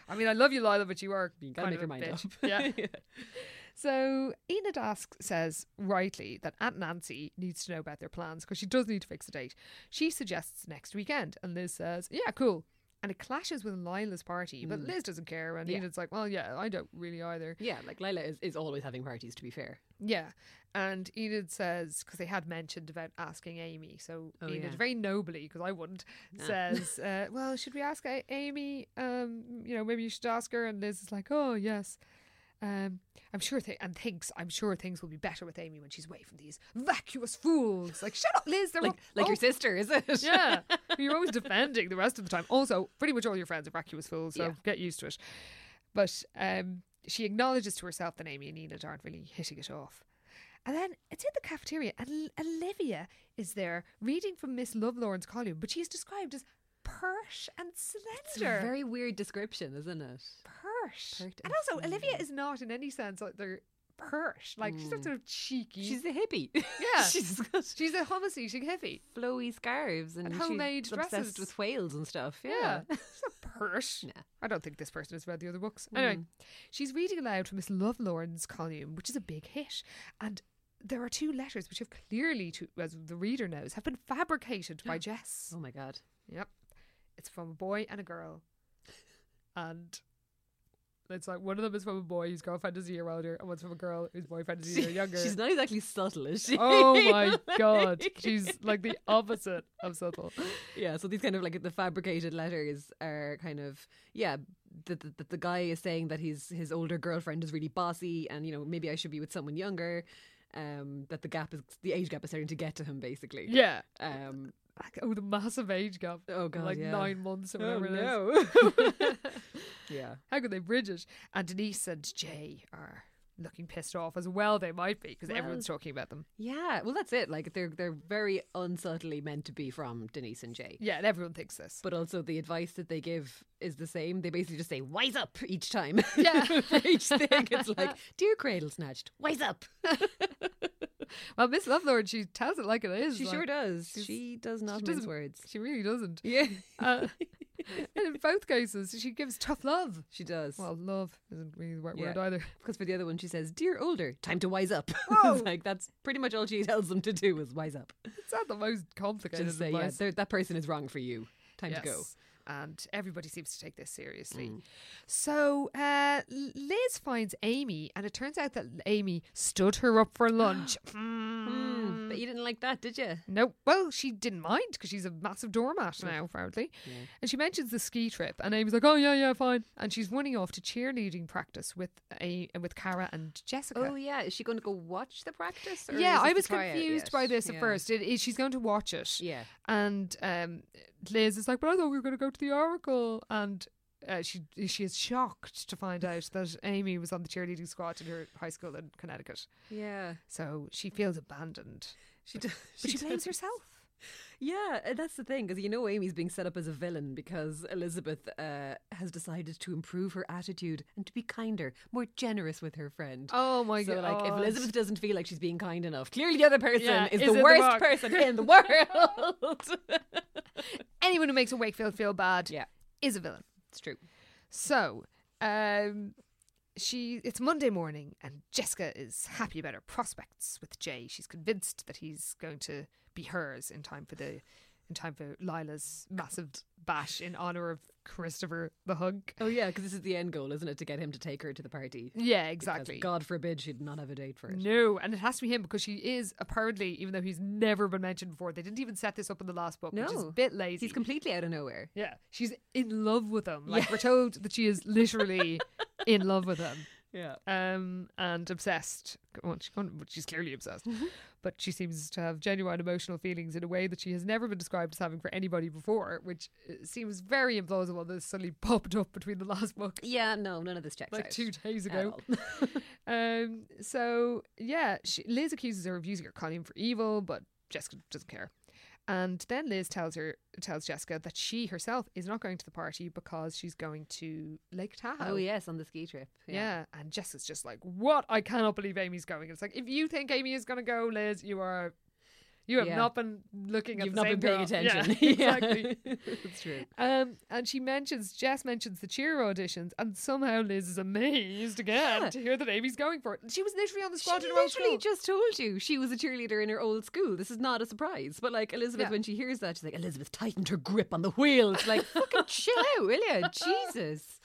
B: I mean, I love you, Lila, but you are
C: [laughs]
B: [laughs]
C: You gotta
B: kind
C: make
B: of
C: your
B: a
C: mind
B: bitch.
C: up.
B: Yeah.
C: [laughs]
B: So Enid asks, says rightly that Aunt Nancy needs to know about their plans because she does need to fix a date. She suggests next weekend, and Liz says, "Yeah, cool." and it clashes with Lila's party, but Liz doesn't care, and
C: Yeah.
B: Enid's like, well, yeah, I don't really either.
C: Yeah, like Lila is, is always having parties, to be fair.
B: Yeah, and Enid says because they had mentioned about asking Amy, so
C: Oh,
B: Enid
C: yeah.
B: very nobly because I wouldn't
C: Nah.
B: says, uh, "Well, should we ask A- Amy? Um, you know, maybe you should ask her." And Liz is like, "Oh yes, um, I'm sure." Th- and thinks, "I'm sure things will be better with Amy when she's away from these vacuous fools." Like, shut up, Liz. They're
C: Like,
B: all-
C: like your
B: all-
C: sister, is [laughs] it?
B: Oh, yeah, you're always defending the rest of the time. Also, pretty much all your friends are vacuous fools, so
C: Yeah.
B: get used to it. But um, she acknowledges to herself that Amy and Enid aren't really hitting it off. And then it's in the cafeteria, and L- Olivia is there reading from Miss Lovelorn's column, but she's described as pert and
C: It's a
B: slender.
C: very weird description, isn't it?
B: pert.
C: pert
B: and
C: and
B: also,
C: slender.
B: Olivia is not in any sense like they're pert. Like she's not
C: Mm.
B: sort of cheeky.
C: She's a hippie. [laughs]
B: Yeah.
C: she's got
B: [laughs] she's a hummus eating hippie.
C: flowy scarves and,
B: And
C: she's
B: homemade dresses.
C: obsessed with whales and stuff.
B: Yeah.
C: Yeah.
B: She's a pert.
C: Nah.
B: I don't think this person has read the other books.
C: Mm.
B: Anyway, she's reading aloud from Miss Lovelorn's column, which is a big hit. And there are two letters which have clearly, to, as the reader knows, have been fabricated
C: [gasps]
B: by Jess.
C: [laughs] Oh my god.
B: Yep. It's from a boy and a girl. And it's like one of them is from a boy whose girlfriend is a year older, and one's from a girl whose boyfriend is a
C: [laughs]
B: year younger.
C: She's not exactly subtle, is she?
B: oh my god. She's like the opposite of subtle.
C: [laughs] Yeah, so these kind of like the fabricated letters are kind of yeah. That the, the, the guy is saying that his his older girlfriend is really bossy, and you know maybe I should be with someone younger. Um, that the gap is the age gap is starting to get to him basically.
B: Yeah.
C: Um.
B: Like, oh, the massive age gap.
C: Oh god.
B: like
C: yeah. Oh,
B: nine months or whatever it is.
C: [laughs] yeah.
B: How could they bridge it? And Denise and Jay are looking pissed off as well. They might be because everyone's talking about them.
C: Yeah. Well, that's it. Like they're they're very unsubtly meant to be from Denise and Jay.
B: Yeah, and everyone thinks this.
C: But also the advice that they give is the same. They basically just say "wise up" each time.
B: Yeah.
C: [laughs] For each thing, it's like "dear cradle snatched, wise up."
B: well, Miss Lovelord, she tells it like it is.
C: She
B: like,
C: sure does.
B: she's-
C: She does not
B: doesn't-
C: mince words.
B: She really doesn't.
C: [laughs] Yeah,
B: Uh, and in both cases, she gives tough love.
C: she does.
B: Well, love isn't really the right
C: Yeah.
B: word either.
C: because for the other one, she says, "Dear older, time to wise up." [laughs] It's
B: Whoa.
C: like that's pretty much all she tells them to do is wise up.
B: It's not the most complicated
C: Just say, yeah,
B: advice.
C: they're- that person is wrong for you. Time to go. Mm.
B: Yes. And everybody seems to take this seriously. So uh, Liz finds Amy, and it turns out that Amy stood her up for
C: [gasps]
B: lunch. Mm.
C: Hmm, But you didn't like that, did you?
B: No, well, she didn't mind because she's a massive doormat now, apparently. And she mentions the ski trip, and Amy's like, "Oh yeah, yeah, fine." And she's running off to cheerleading practice with a with Cara and Jessica.
C: Oh yeah, is she going to go watch the practice? Or
B: yeah,
C: is this
B: I
C: to
B: was
C: try it
B: confused
C: yet?
B: by this
C: Yeah.
B: at first. It is she's going to watch it,
C: Yeah,
B: and um, Liz is like, "But I thought we were going to go to the Oracle," and. Uh, she she is shocked to
C: [laughs]
B: find out that Amy was on the cheerleading squad in her high school in Connecticut,
C: yeah.
B: so she feels abandoned.
C: She does.
B: But she, blames
C: does.
B: herself.
C: Yeah, and that's the thing, because you know Amy's being set up as a villain because Elizabeth uh, has decided to improve her attitude and to be kinder, more generous with her friend.
B: Oh my
C: so,
B: god!
C: like, if Elizabeth doesn't feel like she's being kind enough, clearly the other person
B: Yeah,
C: is,
B: is in
C: the
B: the
C: worst
B: wrong. [laughs]
C: person in the world.
B: anyone who makes a Wakefield feel bad
C: yeah,
B: is a villain.
C: it's true.
B: So, um, she it's Monday morning, and Jessica is happy about her prospects with Jay. She's convinced that he's going to be hers in time for the in time for Lila's massive bash in honor of Christopher the Hunk.
C: Oh, yeah, because this is the end goal, isn't it? To get him to take her to the party.
B: Yeah,
C: Because
B: exactly.
C: God forbid she'd not have a date for it.
B: No, and it has to be him because she is apparently, even though he's never been mentioned before, they didn't even set this up in the last book, which is a
C: No.
B: bit lazy.
C: He's completely out of nowhere.
B: yeah, she's in love with him. Like we're told that she is literally in love with him.
C: Yeah.
B: um, and obsessed. Well, she can't- well, she's clearly obsessed, but she seems to have genuine emotional feelings in a way that she has never been described as having for anybody before, which uh, seems very implausible. This suddenly [laughs] popped up between the last book
C: Yeah, no, none of this checks
B: like
C: out.
B: two days
C: at
B: ago.
C: all. [laughs] Oh,
B: Um, so yeah, she, Liz accuses her of using her column for evil, but Jessica doesn't care. And then Liz tells her tells Jessica that she herself is not going to the party because she's going to Lake Tahoe.
C: oh, yes, on the ski trip.
B: Yeah. and Jess is just like, "What? I cannot believe Amy's going." It's like, if you think Amy is going to go, Liz, you are You have
C: Yeah.
B: not been looking at
C: You've
B: the
C: not
B: same
C: been paying
B: girl.
C: attention.
B: Yeah, [laughs] exactly.
C: That's true.
B: Um, and she mentions Jess mentions the cheer auditions, and somehow Liz is amazed again
C: Yeah.
B: to hear that Amy's going for it. She was literally on the
C: She
B: squad in her own
C: literally
B: school.
C: just told you she was a cheerleader in her old school. This is not a surprise. But like Elizabeth,
B: Yeah.
C: when she hears that, she's like, Elizabeth tightened her grip on the wheels. Like,
B: [laughs]
C: fucking chill out, will you? Jesus.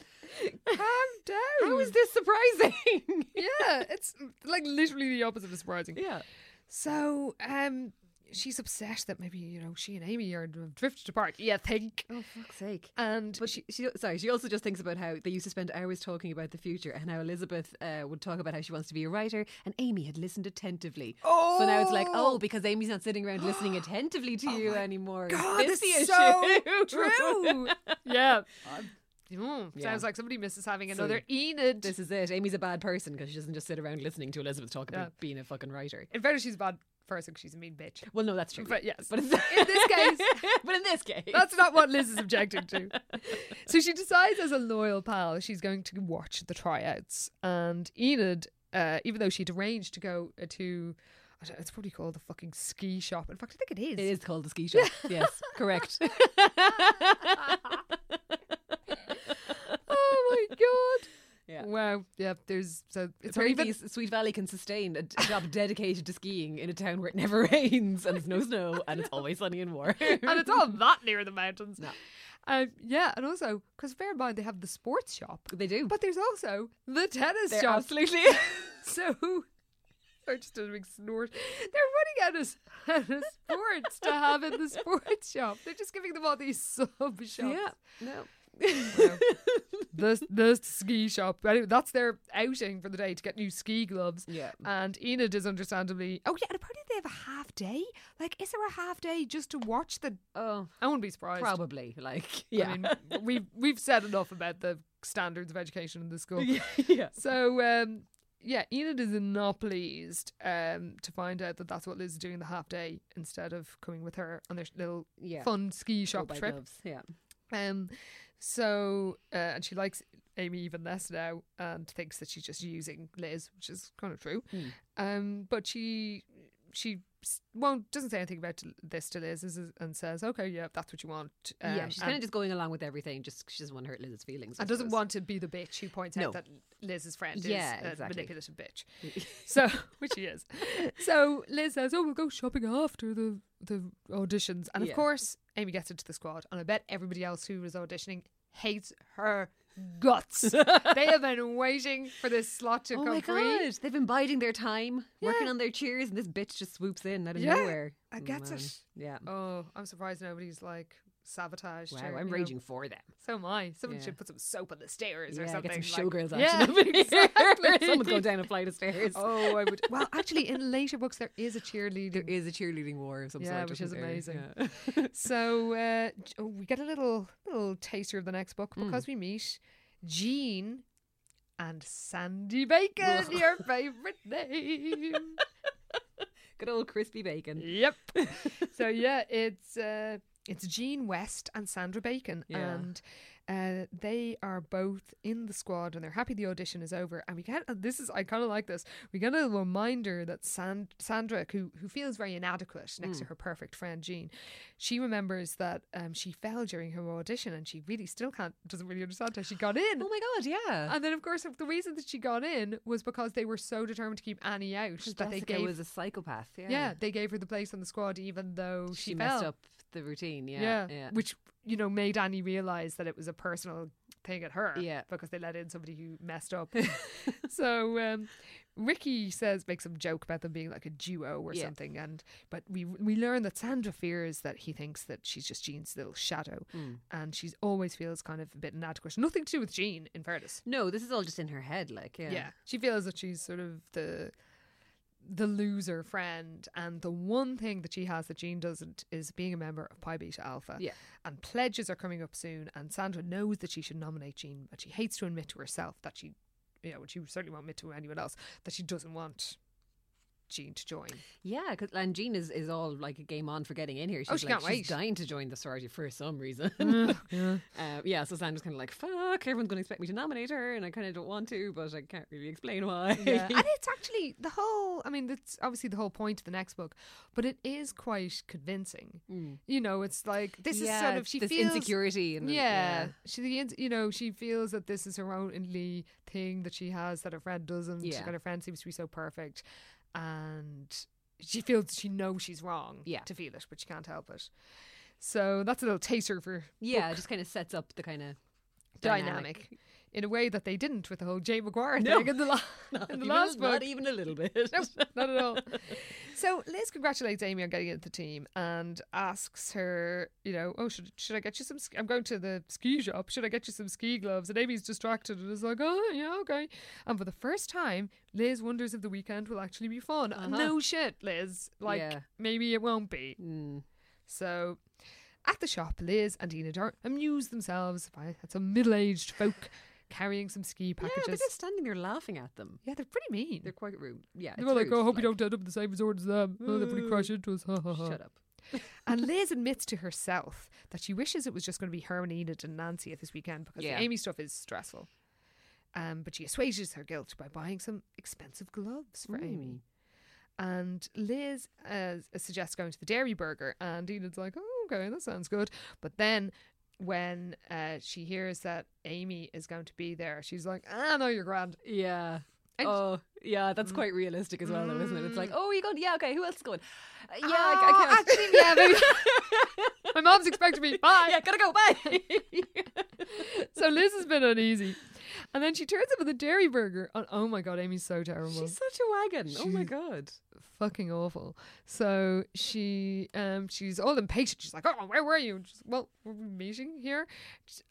B: Calm down.
C: How is this surprising?
B: [laughs]
C: [laughs]
B: yeah, it's like literally the opposite of surprising.
C: yeah.
B: So, um, she's upset that maybe you know she and Amy are drifted apart. Yeah, think.
C: Oh, fuck's sake.
B: [laughs] And
C: But she, she, sorry, she also just thinks about how they used to spend hours talking about the future and how Elizabeth uh, would talk about how she wants to be a writer and Amy had listened attentively. So now it's like,
B: Oh!
C: oh, because Amy's not sitting around
B: [gasps]
C: listening attentively to you anymore.
B: God,
C: is
B: it's
C: this
B: so
C: the issue? [laughs]
B: true. [laughs] yeah. Mm,
C: Yeah.
B: Sounds like somebody misses having
C: So
B: another Enid.
C: This is it. Amy's a bad person because she doesn't just sit around listening to Elizabeth talk about
B: Yeah.
C: being a fucking writer.
B: in fairness, she's a bad person 'cause she's a mean bitch.
C: Well, no, that's true.
B: But yes. [laughs]
C: But it's-
B: In this case,
C: [laughs] but in this case,
B: that's not what Liz is objecting to. So she decides, as a loyal pal, she's going to watch the tryouts. And Enid, uh, even though she'd arranged to go uh, to, I don't- it's probably called the fucking ski shop. In fact, I think it is.
C: it is called the ski shop. yes, correct.
B: [laughs] Oh my
C: [laughs]
B: god!
C: Yeah.
B: Wow. Yeah. There's so it's not even
C: Apparently, S- Sweet Valley can sustain a d- job dedicated to skiing in a town where it never [laughs] rains and there's no snow and it's always sunny and warm.
B: [laughs] and it's
C: [laughs]
B: all that near the mountains. Um, yeah, and also because bear in mind they have the sports shop,
C: they do.
B: but there's also the tennis
C: They're
B: shop. [laughs]
C: absolutely. [laughs]
B: so I just did a big snort. They're running out of, [laughs] out of sports to have in the sports shop. They're just giving them all these sub shops.
C: yeah. No.
B: The the ski shop. Anyway, that's their outing for the day to get new ski gloves.
C: Yeah.
B: And Enid is understandably. Oh yeah, and apparently they have a half day. Like, is there a half day just to watch the?
C: Oh,
B: I wouldn't be surprised.
C: probably. Like, yeah.
B: I mean, we've we've said enough about the standards of education in the school.
C: [laughs] yeah.
B: So um, yeah, Enid is not pleased um, to find out that that's what Liz is doing the half day instead of coming with her on their little
C: Yeah.
B: fun ski
C: Go
B: shop
C: buy
B: trip.
C: Oh, gloves, Yeah.
B: Um, so uh, and she likes Amy even less now and thinks that she's just using Liz, which is kind of true.
C: Hmm.
B: Um, but she she s- won't doesn't say anything about this to Liz is- and says, okay, yeah, that's what you want. Um,
C: yeah. She's
B: and-
C: kind of just going along with everything. Just she doesn't want to hurt Liz's feelings. I
B: and doesn't
C: suppose.
B: want to be the bitch who points
C: No.
B: out that Liz's friend
C: Yeah,
B: is a
C: exactly.
B: manipulative
C: [laughs]
B: bitch. so, [laughs] which he is. So Liz says, "Oh, we'll go shopping after the the auditions." And of
C: Yeah.
B: course, Amy gets into the squad, and I bet everybody else who was auditioning hates her
C: [laughs]
B: guts. they have been waiting for this slot to
C: Oh
B: come
C: my
B: free.
C: god! They've been biding their time, working
B: Yeah.
C: on their cheers, and this bitch just swoops in out of
B: Yeah,
C: nowhere.
B: I gets
C: Man.
B: it.
C: Yeah.
B: Oh, I'm surprised nobody's like sabotaged.
C: Wow,
B: her,
C: I'm
B: you know.
C: raging for them.
B: So am I. Someone
C: Yeah.
B: should put some soap on the stairs or
C: Yeah,
B: something.
C: get some
B: like-
C: showgirls
B: Yeah,
C: [laughs] action. up in
B: [laughs]
C: here.
B: exactly.
C: Someone go down a flight of stairs.
B: Oh, I would. Well, actually, in later books, there is a
C: There
B: cheerleading.
C: is a cheerleading war of some
B: Yeah,
C: sort.
B: which is
C: isn't there?
B: amazing.
C: Yeah.
B: So uh, j- oh, we get a little little taster of the next book
C: Hmm.
B: because we meet Jean and Sandy Bacon, your favourite name.
C: [laughs] Good old crispy bacon.
B: yep. [laughs] So yeah, it's uh, it's Jean West and Sandra Bacon,
C: Yeah.
B: and uh, they are both in the squad, and they're happy the audition is over. And we get and this is I kind of like this. We get a little reminder that Sand- Sandra, who who feels very inadequate next
C: Mm.
B: to her perfect friend Jean, she remembers that um, she fell during her audition, and she really still can't doesn't really understand how she got in.
C: Oh my god! Yeah.
B: And then, of course, the reason that she got in was because they were so determined to keep Annie out that they
C: Jessica
B: gave
C: was a psychopath. Yeah.
B: yeah, they gave her the place on the squad, even though she,
C: She,
B: fell.
C: messed up the routine. Yeah.
B: Yeah, which you know made Annie realize that it was a personal thing at her.
C: Yeah.
B: because they let in somebody who messed
C: [laughs]
B: up. so um, Ricky says makes some joke about them being like a duo or
C: Yeah.
B: something, and but we we learn that Sandra fears that he thinks that she's just Jean's little shadow,
C: Mm.
B: and she's always feels kind of a bit inadequate. Nothing to do with Jean, in fairness.
C: No, this is all just in her head. Like, yeah.
B: Yeah. She feels that she's sort of the the loser friend and the one thing that she has that Jean doesn't is being a member of Pi Beta Alpha.
C: Yeah.
B: And pledges are coming up soon and Sandra knows that she should nominate Jean, but she hates to admit to herself that she you know, and she certainly won't admit to anyone else that she doesn't want Jean to
C: [laughs]
B: join.
C: Yeah, because and Jean is, is all like a game on for getting in here. She's
B: she
C: like,
B: can't
C: she's
B: wait. Mm.
C: dying to join the sorority for some reason. [laughs] Uh, yeah, so Sandra's kind of like, fuck, everyone's going to expect me to nominate her, and I kind of don't want to, but I can't really explain why.
B: Yeah. and it's actually the whole I mean, that's obviously the whole point of the next book, but it is quite convincing. You know, it's like
C: [laughs]
B: this is
C: Mm. Yeah,
B: sort of she
C: this
B: feels
C: insecurity and
B: yeah, she the ins- you know she feels that this is her only thing that she has that her friend doesn't. She's
C: Yeah.
B: got her friend seems to be so perfect, and she feels she knows she's wrong.
C: Yeah.
B: to feel it, but she can't help it. So that's a little taster for
C: yeah, it just kind of sets up the kind of
B: dynamic.
C: dynamic.
B: in a way that they didn't with the whole Jay McGuire
C: [laughs] No.
B: thing in the, la-
C: Not
B: in the
C: even-
B: last book.
C: Not even a little [laughs] bit.
B: Not at all. [laughs] So Liz congratulates Amy on getting into the team and asks her, you know, oh, should, should I get you some? sk- I'm going to the ski shop. Should I get you some ski gloves? And Amy's distracted and is like, oh, yeah, okay. And for the first time, Liz wonders if the weekend will actually be fun. And
C: Uh-huh.
B: No shit, Liz. Like,
C: Yeah.
B: maybe it won't be.
C: Mm.
B: So at the shop, Liz and Ina Dart amuse themselves by some middle aged folk carrying some ski
C: Yeah,
B: packages.
C: they're just standing there laughing at them.
B: yeah, they're pretty mean.
C: They're quite rude. Yeah,
B: They
C: it's
B: were like,
C: rude,
B: oh, I hope
C: like,
B: you don't end up in the same resort as them. Oh, they'll probably crash into us. Ha, ha, ha.
C: Shut up.
B: And Liz admits to herself that she wishes it was just going to be her and Enid and Nancy at this weekend because
C: Yeah.
B: the Amy stuff is stressful. Um, but she assuages her guilt by buying some expensive gloves for Amy. And Liz uh, suggests going to the Dairy Burger, and Enid's like, "Oh, okay, that sounds good." But then, when uh, she hears that Amy is going to be there, she's like, "Ah, no, you're grand."
C: Yeah.
B: And- Mm.
C: oh, yeah, that's quite realistic as well, though, isn't it? It's like, oh, you going? Yeah, okay. Who else
B: [laughs]
C: is going? Uh, yeah,
B: Oh,
C: [laughs] I, I can't.
B: actually, yeah, maybe. [laughs] My mom's expecting me. Bye.
C: yeah, gotta go.
B: [laughs]
C: [laughs] Bye.
B: So Liz has been uneasy. And then she turns up with a dairy burger. And oh my god, Amy's so terrible.
C: She's such a wagon. Oh my
B: She's-
C: god.
B: fucking awful. So she um she's all impatient. She's like, "Oh, where were you?" And she's, well, were we meeting here?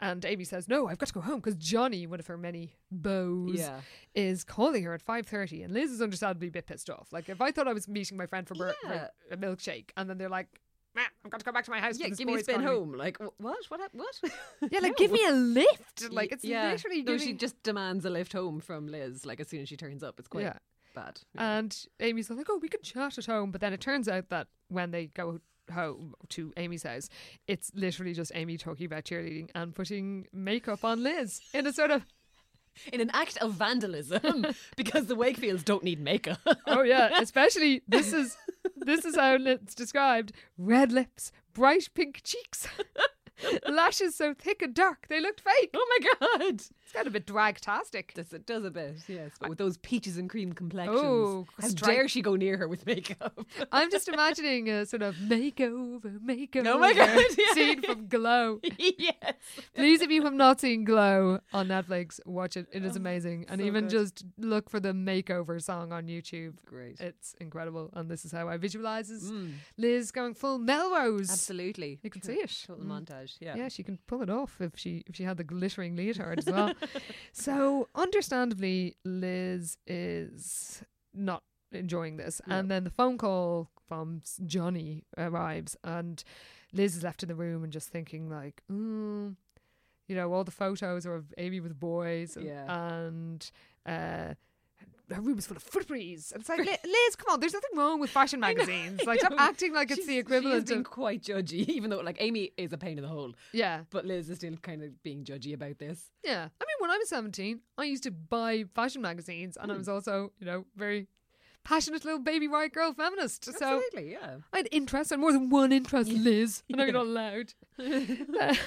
B: And Amy says, "No, I've got to go home because Johnny, one of her many beaux,
C: Yeah.
B: is calling her at 5:30." And Liz is understandably a bit pissed off. Like, if I thought I was meeting my friend for, bur- for
C: Yeah.
B: a milkshake and then they're like, "Meh, "I've got to go back to my house."
C: Yeah,
B: this
C: give me a
B: boy's
C: spin
B: calling me."
C: home. Like wh- what? What? hap- What? [laughs]
B: Yeah, like
C: No.
B: give me a lift. Like
C: Y-
B: it's
C: yeah.
B: literally
C: No,
B: giving
C: she just demands a lift home from Liz. Like as soon as she turns up, it's quite
B: Yeah. Uh,
C: bad.
B: And Amy's like, oh, we can chat at home. But then it turns out that when they go home to Amy's house, it's literally just Amy talking about cheerleading and putting makeup on Liz in a sort of,
C: In an act of
B: [laughs]
C: vandalism, [laughs] because the Wakefields don't need makeup. [laughs]
B: oh yeah, especially this is this is how it's described: red lips, bright pink cheeks, [laughs] lashes so thick and dark they looked fake.
C: oh my god.
B: It's kind of a bit dragtastic.
C: Does it does a bit, yes. But with those peaches and cream complexions,
B: Oh,
C: how
B: strike-
C: dare she go near her with makeup? [laughs]
B: I'm just imagining a sort of makeover, makeover
C: Oh my God, [laughs] yeah.
B: scene from Glow.
C: [laughs] yes.
B: Please, if you have not seen Glow on Netflix, watch it. It is amazing. And even just look for the makeover song on YouTube.
C: Great.
B: It's incredible. And this is how I visualizes Liz going full Melrose.
C: Absolutely.
B: You can see it.
C: Total
B: Mm.
C: montage. Yeah.
B: Yeah, she can pull it off if she if she had the glittering leotard as
C: [laughs]
B: well. so understandably, Liz is not enjoying this. And then the phone call from s- Johnny arrives, and Liz is left in the room and just thinking like, mm, you know, all the photos are of Amy with boys, and,
C: Yeah.
B: and uh. Her room is full of footbreeze. And it's
C: [laughs]
B: like, "Li- Liz, come on, there's nothing wrong with fashion magazines. like, stop
C: know.
B: acting like it's
C: She's-
B: the equivalent
C: She's been
B: of.
C: quite judgy, [laughs] even though like Amy is a pain in the hole,
B: Yeah.
C: but Liz is still kind of being judgy about this.
B: Yeah. I mean, when I was 17, I used to buy fashion magazines
C: Hmm.
B: and I was also, you know, very passionate little baby white girl feminist. So
C: Absolutely, yeah.
B: I had interests and more than one interest,
C: [laughs]
B: Liz. I know you're not allowed.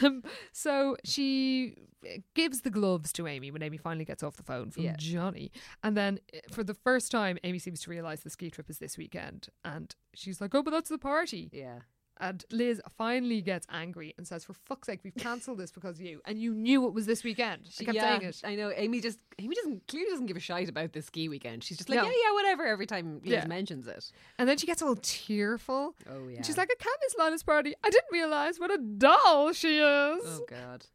B: um, [laughs] so she uh, gives the gloves to Amy when Amy finally gets off the phone from
C: Yeah.
B: Johnny. And then uh, for the first time, Amy seems to realize the ski trip is this weekend. And she's like, oh, but that's the party.
C: Yeah.
B: And Liz finally gets angry and says, for fuck's sake, we've cancelled this because of you. And you knew it was this weekend. She kept
C: yeah,
B: saying it.
C: I know. Amy just Amy doesn't clearly doesn't give a shite about this ski weekend. She's just like,
B: No.
C: Yeah, yeah, whatever every time Liz
B: Yeah.
C: mentions it.
B: And then she gets all tearful.
C: Oh yeah.
B: And she's like, I can't miss Lana's party. I didn't realise what a doll she is.
C: Oh god.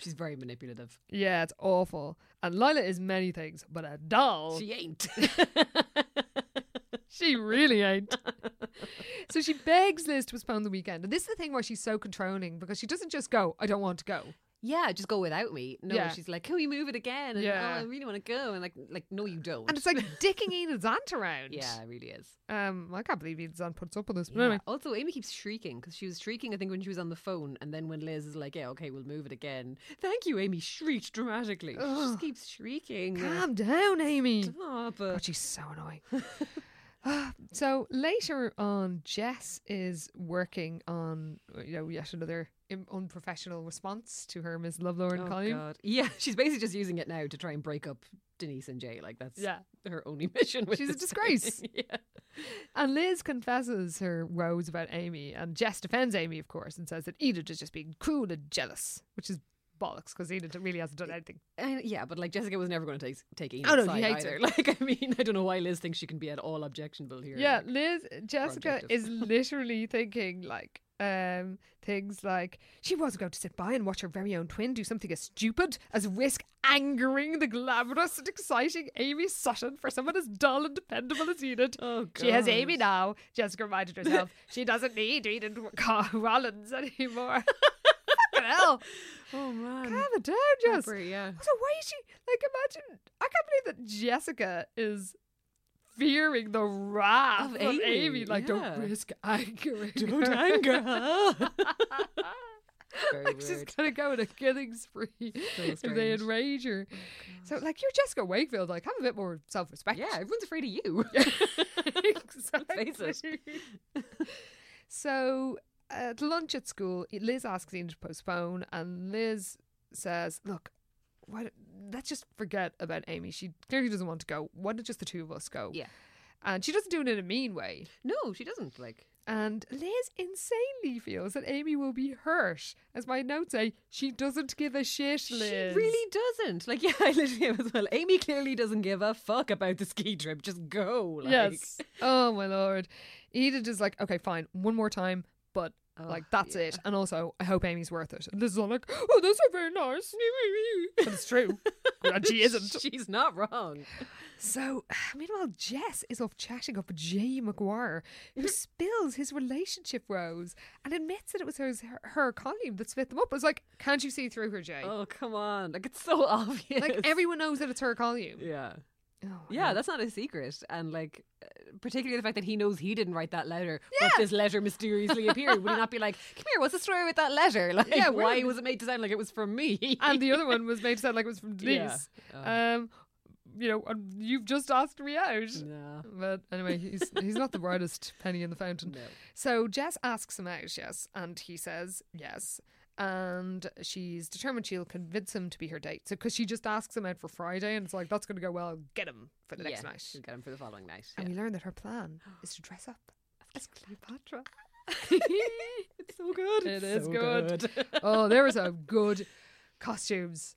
C: She's very manipulative.
B: Yeah, it's awful. And Lila is many things, but a doll, she,
C: She
B: [laughs]
C: ain't. [laughs]
B: really
C: [laughs]
B: ain't. so she begs Liz to postpone the weekend. And this is the thing where she's so controlling because she doesn't just go, I don't want to go.
C: yeah, just go without me. No,
B: Yeah.
C: she's like, can we move it again? And
B: Yeah.
C: oh, I really want to go. And like, like, no, you don't.
B: And it's
C: [laughs]
B: like dicking Edith's aunt around.
C: yeah, it really is.
B: Um, I can't believe Edith's aunt puts up with this. But
C: Yeah.
B: anyway.
C: Also, Amy keeps shrieking because she was shrieking, I think, when she was on the phone. And then when Liz is like, yeah, okay, we'll move it again. Thank you, Amy shrieked dramatically. She
B: Ugh.
C: just keeps shrieking.
B: Calm down, Amy.
C: [laughs] Stop.
B: God, Oh, she's so annoying.
C: [laughs]
B: Ah, so later on, Jess is working on uh, you know yet another im- unprofessional response to her Miss Lovelorn
C: Oh,
B: column.
C: God. Yeah, [laughs] she's basically just using it now to try and break up Denise and Jay. Like,
B: [laughs]
C: that's
B: Yeah.
C: her only [laughs] mission. With
B: She's a
C: this
B: disgrace.
C: thing. [laughs] yeah.
B: And Liz confesses her woes about Amy, and Jess defends Amy, of course, and says that Edith is just being cruel and jealous, which is bollocks because Edith really hasn't done anything.
C: And yeah, but like Jessica was never going to take take Enid's
B: Oh, no,
C: side
B: he hates
C: either.
B: her.
C: [laughs] Like, I mean, I don't know why Liz thinks she can be at all objectionable here.
B: Yeah,
C: Like,
B: Liz Jessica
C: objective. [laughs]
B: is literally thinking like um things like she wasn't going to sit by and watch her very own twin do something as stupid as risk angering the glamorous and exciting Amy Sutton for someone as dull and dependable as Enid.
C: Oh, God.
B: She has Amy now, Jessica reminded
C: [laughs]
B: herself. she doesn't need Enid Car- Rollins
C: [laughs]
B: anymore. Fucking hell.
C: Oh, man.
B: Calm it down, Jess.
C: Proper, yeah.
B: So why is she like? Imagine I can't believe that Jessica is fearing the wrath
C: Of
B: of
C: Amy,
B: Amy. like,
C: yeah.
B: don't risk angering.
C: Don't
B: her. [laughs]
C: anger her. [laughs] Very
B: Like, she's
C: weird.
B: gonna go on a killing spree if they
C: strange. Oh,
B: enrage her. so like, you're Jessica Wakefield. Like, have a bit more self-respect.
C: Yeah, everyone's afraid of [laughs] you.
B: [laughs]
C: [laughs] Let's face
B: exactly. [laughs] so uh, at lunch at school, Liz asks Ian to postpone, and Liz says, "Look, why don't- let's just forget about Amy. She clearly doesn't want to go. Why don't just the two of us go?"
C: Yeah.
B: and she doesn't do it in a mean way.
C: No, she doesn't. Like,
B: And Liz insanely feels that Amy will be hurt, as my notes say. She doesn't give a shit, Liz.
C: she really doesn't. Like, [laughs] yeah, I literally am as well. Amy clearly doesn't give a fuck about the ski trip. Just
B: [laughs]
C: go. Like.
B: yes. Oh my lord. Edith is like, okay, fine, one more time, but
C: Oh,
B: like that's
C: yeah.
B: it. And also, I hope Amy's worth it. And Liz is all like, oh, those are very nice. [laughs] but it's true. and she isn't.
C: [laughs] She's not wrong.
B: [laughs] So, [sighs] meanwhile, Jess is off chatting up with Jay McGuire, [laughs] who spills his relationship rose and admits that it was her, her colleague that split them up. I was like, can't you see through her, Jay?
C: Oh, come on. Like, it's so [laughs] obvious.
B: Like everyone knows that it's her column.
C: Yeah.
B: Oh, my
C: Yeah,
B: God.
C: that's not a secret. And, like, uh, particularly the fact that he knows he didn't write that letter, but this letter
B: [laughs]
C: mysteriously appeared. Would he not be like, come here, what's the story with that letter? [laughs] Like,
B: Yeah, where
C: why
B: did-
C: was it made to sound like it was from me? [laughs]
B: and the other one was made to sound like it was from
C: Yeah.
B: Denise.
C: Oh.
B: Um, you know, um, you've just asked me out.
C: No.
B: But anyway, he's he's not the
C: [laughs]
B: brightest penny in the fountain.
C: No.
B: So Jess asks him out, yes, and he says yes. And she's determined she'll convince him to be her date. So, because she just asks him out for Friday, and it's like, that's going to go well, get him for the next
C: yeah,
B: night.
C: she'll get him for the following night.
B: And
C: yeah.
B: we learn that her
C: [gasps]
B: plan is to dress up as Cleopatra.
C: it's so good.
B: [laughs] It is
C: It's so
B: good.
C: [laughs]
B: oh, there were some good costumes.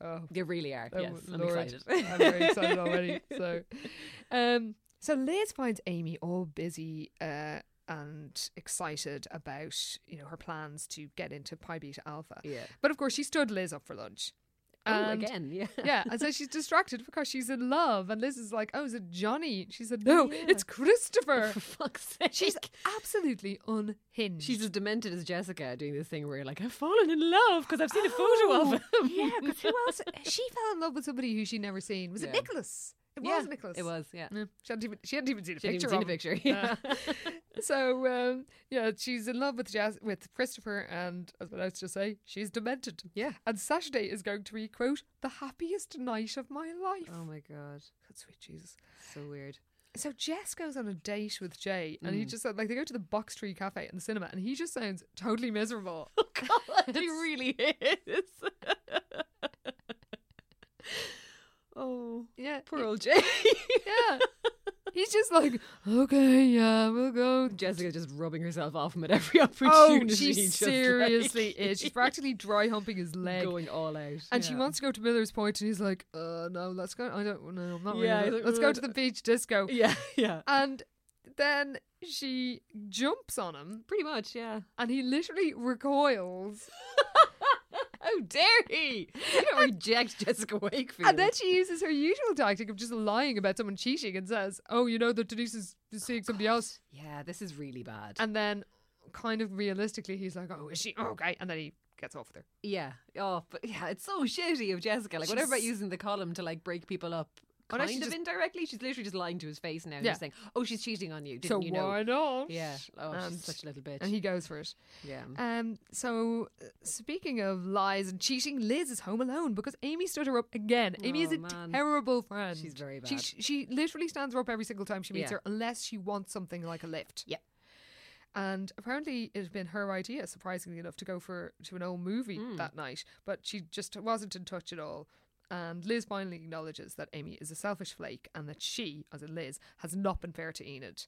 B: Oh,
C: They really are.
B: Oh,
C: yes, I'm
B: Lord.
C: excited.
B: [laughs]
C: [laughs]
B: I'm very excited already. So, um, so Liz finds Amy all busy uh, and excited about you know her plans to get into Pi Beta Alpha.
C: Yeah.
B: But of course, she stood Liz up for lunch.
C: Oh,
B: And-
C: again, yeah.
B: [laughs]
C: [laughs]
B: yeah, and so she's distracted because she's in love, and Liz is like, "Oh, is it Johnny?" She said, "No,
C: Yeah.
B: it's
C: [laughs]
B: Christopher."
C: For fuck's sake.
B: She's absolutely unhinged.
C: She's as demented as Jessica doing this thing where you're like, I've fallen in love because I've seen a photo of him.
B: yeah, because who else? She fell in love with somebody who she never seen. Was
C: Yeah.
B: it Nicholas? It
C: [laughs] Yeah,
B: was Nicholas.
C: It was, Mm. yeah.
B: No, she hadn't even she hadn't even seen a
C: She hadn't
B: picture.
C: even seen a
B: of him.
C: picture. Yeah.
B: [laughs] So um, yeah, she's in love with Jazz with Christopher, and as what I was to say, she's demented.
C: Yeah.
B: And Saturday is going to be quote the happiest night of my life.
C: oh my god.
B: God, sweet Jesus.
C: So weird.
B: So Jess goes on a date with Jay, and
C: Mm.
B: he just said like they go to the Box Tree Cafe and the cinema, and he just sounds totally
C: [laughs]
B: miserable.
C: [laughs] Oh god. He really is. [laughs] oh.
B: yeah, [laughs]
C: Poor old Jay.
B: yeah. He's just like, okay, yeah, we'll
C: [laughs]
B: go
C: [laughs] Jessica just rubbing herself off him at every opportunity.
B: Oh, she
C: [laughs] just, like,
B: seriously is. She's practically dry humping
C: [laughs]
B: his leg.
C: going all out.
B: and she
C: yeah.
B: wants to go to Miller's Point, and he's like, "Uh, no, let's go. I don't. No, I'm not
C: Yeah,
B: really. into
C: he's
B: it.
C: like,
B: let's go
C: "Ugh."
B: to the beach disco."
C: [laughs] Yeah, yeah.
B: And then she jumps on him,
C: Pretty much, yeah.
B: and he literally recoils. Oh,
C: How dare he? You don't reject Jessica Wakefield.
B: And then she uses her usual tactic of just lying about someone cheating and says, "Oh, you know that Denise is is seeing somebody else."
C: yeah, this is really bad.
B: And then, kind of realistically, he's like, "Oh, is she okay?" And then he gets off there.
C: Yeah. Oh, but yeah, it's so shitty of Jessica. Like, whatever about
B: She's-
C: using the column to like break people up,
B: Oh,
C: kind
B: no,
C: of
B: she's just-
C: indirectly. She's literally just lying to his face now, and
B: Yeah.
C: just saying, "Oh, she's cheating on you." Didn't
B: So
C: you know?
B: why not?
C: Yeah. Oh,
B: And-
C: she's such a little bitch.
B: And he goes for it.
C: yeah.
B: Um, so, uh, speaking of lies and cheating, Liz is home alone because Amy stood her up again. Amy is
C: Oh,
B: a
C: man.
B: terrible friend.
C: She's very
B: She,
C: bad.
B: she literally stands her up every single time she meets
C: Yeah.
B: her, unless she wants something like a lift.
C: Yeah.
B: And apparently, it had been her idea, surprisingly enough, to go for to an old movie
C: Hmm.
B: that night. But she just wasn't in touch at all. And Liz finally acknowledges that Amy is a selfish flake and that she, as in Liz, has not been fair to Enid.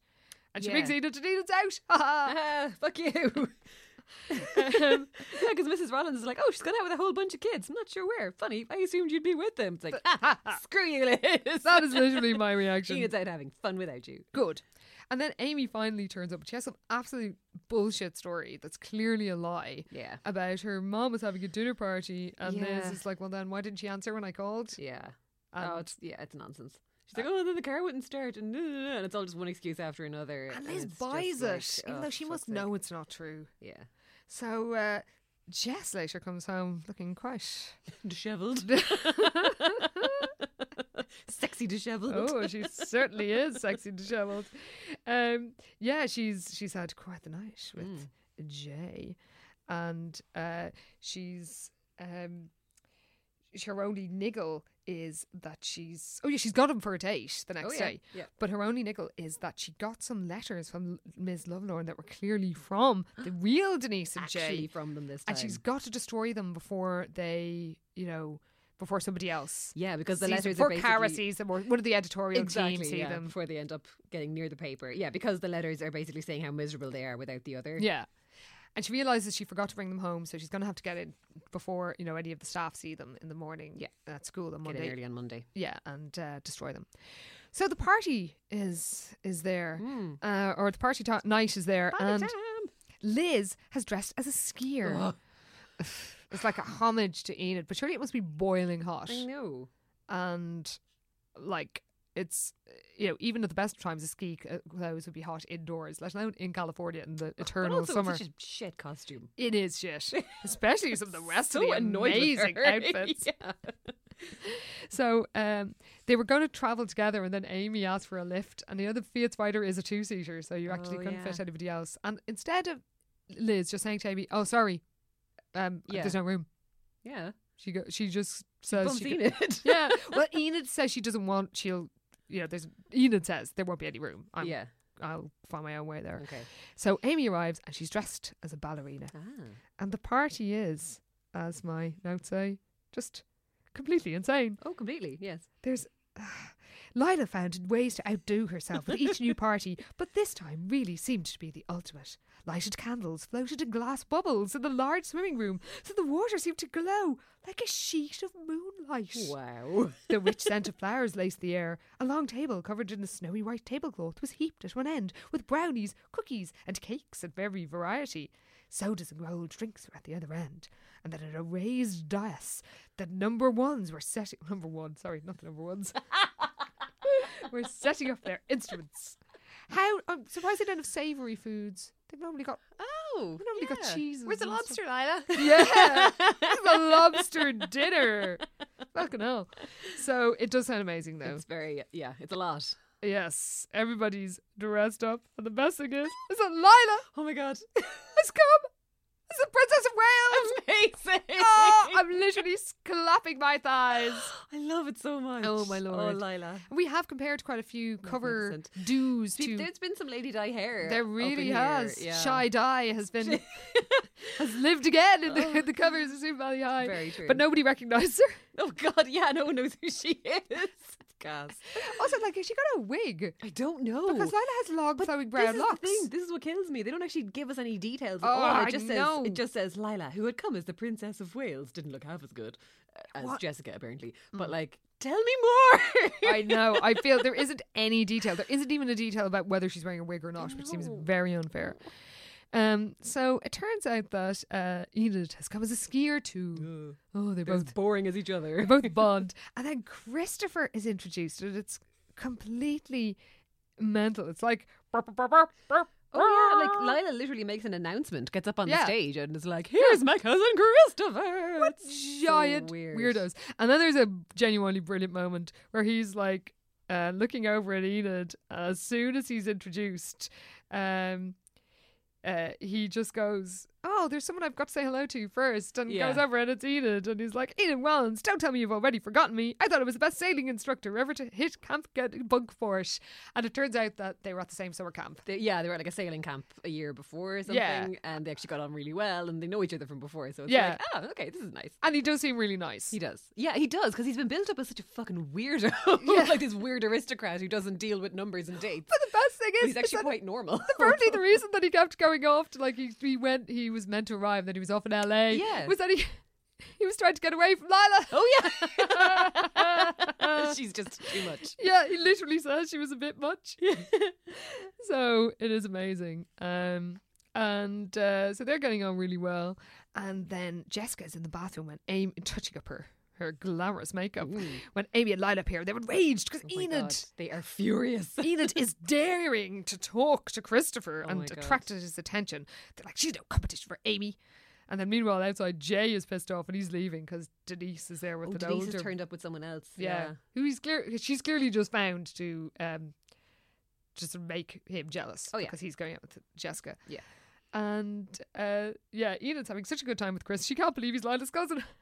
B: And she
C: Yeah.
B: brings Enid and Enid's out. [laughs] Ha ha.
C: Ah, [laughs] fuck you.
B: [laughs]
C: um, yeah, because Mrs. Rollins is like, oh, she's gone out with a whole bunch of kids. I'm not sure where. Funny, I assumed you'd be with them. It's like, ah, ah, screw you, Liz.
B: That
C: [laughs]
B: is literally my reaction.
C: Enid's out having fun without you.
B: Good. And then Amy finally turns up. She has some absolute bullshit story that's clearly a lie.
C: Yeah.
B: About her mom was having a dinner party, and Liz
C: Yeah.
B: is like, "Well, then why didn't she answer when I called?"
C: Yeah. oh,
B: And-
C: it's yeah, it's nonsense. She's
B: uh,
C: like, oh, then the car wouldn't start, and, uh, and it's all just one excuse after another.
B: And Liz
C: it's just
B: buys
C: like,
B: it,
C: oh,
B: even though she
C: fuck's
B: must
C: sake.
B: know it's not true.
C: Yeah,
B: So uh, Jess later comes home looking quite.
C: [laughs]
B: [laughs]
C: dishevelled, sexy dishevelled.
B: Oh, she certainly
C: [laughs]
B: is sexy dishevelled. Um, yeah, she's she's had quite the night with
C: Hmm.
B: Jay, and uh, she's um, sh- her only niggle is that she's oh yeah she's got him for a date the next
C: oh, yeah,
B: day.
C: yeah.
B: But her only niggle is that she got some letters from L- Ms. Lovelorn that were clearly from
C: [gasps]
B: the real Denise and
C: actually
B: Jay,
C: from them this time.
B: and she's got to destroy them before they you know before somebody else.
C: yeah, because the
B: sees
C: letters
B: them.
C: are
B: Poor
C: basically
B: Cara sees them, or one of the editorial
C: exactly
B: team see
C: yeah,
B: them.
C: before they end up getting near the paper. Yeah, because the letters are basically saying how miserable they are without the other.
B: Yeah. And she realizes she forgot to bring them home, so she's going to have to get in before you know any of the staff see them in the morning. Yeah, at school on
C: Get in
B: Monday.
C: early on Monday.
B: Yeah, and uh, destroy them. So the party is is
C: Hmm.
B: there,
C: Mm.
B: uh, or the party ta- night is there, and Liz has dressed as a skier.
C: Oh.
B: It's like a homage to Enid, but surely it must be boiling hot.
C: I know.
B: and like it's you know even at the best of times the ski c- uh, clothes would be hot indoors let alone in california in the
C: But
B: eternal
C: also,
B: summer
C: it's such a shit costume.
B: it is shit
C: [laughs]
B: especially some of the rest
C: so
B: of the
C: annoyed with
B: amazing
C: her. [laughs]
B: outfits
C: yeah.
B: so um they were going to travel together and then amy asked for a lift and the other fiat spider is a two-seater so you actually
C: Oh,
B: couldn't
C: yeah.
B: fit anybody else and instead of liz just saying to amy oh sorry um
C: Yeah.
B: there's no room
C: Yeah.
B: she go- she just says
C: Bumps
B: she go-
C: Enid.
B: yeah. Well, Enid says she doesn't want. She'll. You know, there's Enid says there won't be any room. [laughs] I'm,
C: yeah.
B: I'll find my own way there.
C: Okay.
B: So Amy arrives and she's dressed as a ballerina,
C: Ah.
B: and the party is, as my notes say, just completely insane.
C: Oh, completely. Yes.
B: There's. [sighs] Lila found ways to outdo herself with each new
C: [laughs]
B: party, but this time really seemed to be the ultimate. Lighted candles floated in glass bubbles in the large swimming room, so the water seemed to glow like a sheet of moonlight.
C: Wow.
B: The rich scent of flowers laced the air. A long table covered in a snowy white tablecloth was heaped at one end with brownies, cookies, and cakes of every variety. Sodas and rolled drinks were at the other end, and then at a raised dais, the number ones were setting [laughs] number one, sorry, not the number ones. [laughs] were setting up their instruments. How um, I'm surprised they don't have savoury foods. They've normally got [laughs]
C: Oh.
B: We've only got cheeses
C: Where's the
B: and stuff.
C: lobster, Lila? [laughs]
B: yeah, this is a lobster dinner. Fucking hell. So it does sound amazing, though.
C: It's very yeah. It's a lot.
B: Yes, everybody's dressed up, and the best thing is, is that Lila [laughs]
C: Oh my god.
B: has come. It's the Princess of Wales. [laughs]
C: Amazing.
B: Oh, I'm literally s- clapping my thighs.
C: I love it so much.
B: Oh, my
C: Oh,
B: lord.
C: Lila.
B: We have compared quite a few cover
C: Magnificent.
B: do's
C: See,
B: to.
C: There's been some lady dye hair.
B: There
C: up in
B: really
C: here,
B: has.
C: Yeah.
B: Shy Dye has been [laughs] has lived again in the, in the covers of Super Valley High.
C: Very true.
B: But nobody recognised her.
C: [laughs] Oh god. Yeah. No one knows who she
B: [laughs]
C: is. Gas.
B: Also, like she got a wig.
C: I don't know.
B: Because Lila has long flowing
C: this
B: brown
C: is
B: locks.
C: the thing. This is what kills me. They don't actually give us any details. at
B: Oh,
C: all.
B: I
C: It just
B: know.
C: says it just says Lila, who had come as the Princess of Wales, didn't look half as good uh, as
B: What? Mm.
C: Jessica apparently. But like, tell me more. [laughs]
B: I know. I feel there isn't any detail. There isn't even a detail about whether she's wearing a wig or not, which seems very unfair. Um, so it turns out that uh, Enid has come as a skier too. Oh, they
C: They're
B: both
C: as boring as each other.
B: they both bond, and then Christopher is introduced, and it's completely mental. It's like burp, burp, burp, burp,
C: Oh yeah, like Lila literally makes an announcement, gets up on the
B: Ah. Yeah.
C: stage, and is like, "Here's my cousin Christopher." What
B: giant weirdos. And then there's a genuinely brilliant moment where he's like uh, looking over at Enid. As soon as he's introduced, um, uh, he just goes, "Oh, there's someone I've got to say hello to first. and
C: Yeah.
B: goes over and it's Enid, and he's like, "Enid Wellens, don't tell me you've already forgotten me. I thought I was the best sailing instructor ever to hit Camp Get Bunk for it." And it turns out that they were at the same summer camp.
C: They, yeah, they were at like a sailing camp a year before or something,
B: Yeah.
C: and they actually got on really well, and they know each other from before. So it's
B: Yeah.
C: like, oh, okay, this is nice.
B: And he does seem really nice.
C: He does. Yeah, he does, because he's been built up as such a fucking weirdo. [laughs] like this weird aristocrat who doesn't deal with numbers and dates.
B: But the best thing
C: But
B: is,
C: he's
B: is
C: actually
B: that
C: quite normal.
B: apparently the reason that he kept going off to like he, he went he was meant to arrive then he was off in LA
C: Yeah.
B: was that he [laughs] he was trying to get away from Lila
C: [laughs]
B: [laughs]
C: oh, yeah. She's just too much. Oh
B: yeah he literally says she was a bit
C: [laughs]
B: much so it is amazing um and uh, so they're getting on really well and then Jessica's in the bathroom when Amy touching up her her glamorous makeup when Amy and Lila appear they're enraged because
C: Oh my
B: Enid
C: God, They are furious.
B: [laughs] Enid is daring to talk to Christopher
C: Oh my
B: and
C: God.
B: attracted his attention. They're like, she's no competition for Amy. And then meanwhile, outside, Jay is pissed off and he's leaving because Denise is there with
C: Oh,
B: an
C: Denise
B: older.
C: has turned up with someone else.
B: yeah.
C: Yeah.
B: Who he's clear, she's clearly just found to um, just to make him jealous.
C: Oh, yeah.
B: Because he's going out with Jessica.
C: Yeah.
B: And uh, yeah, Enid's having such a good time with Chris. She can't believe he's Lila's cousin. [laughs]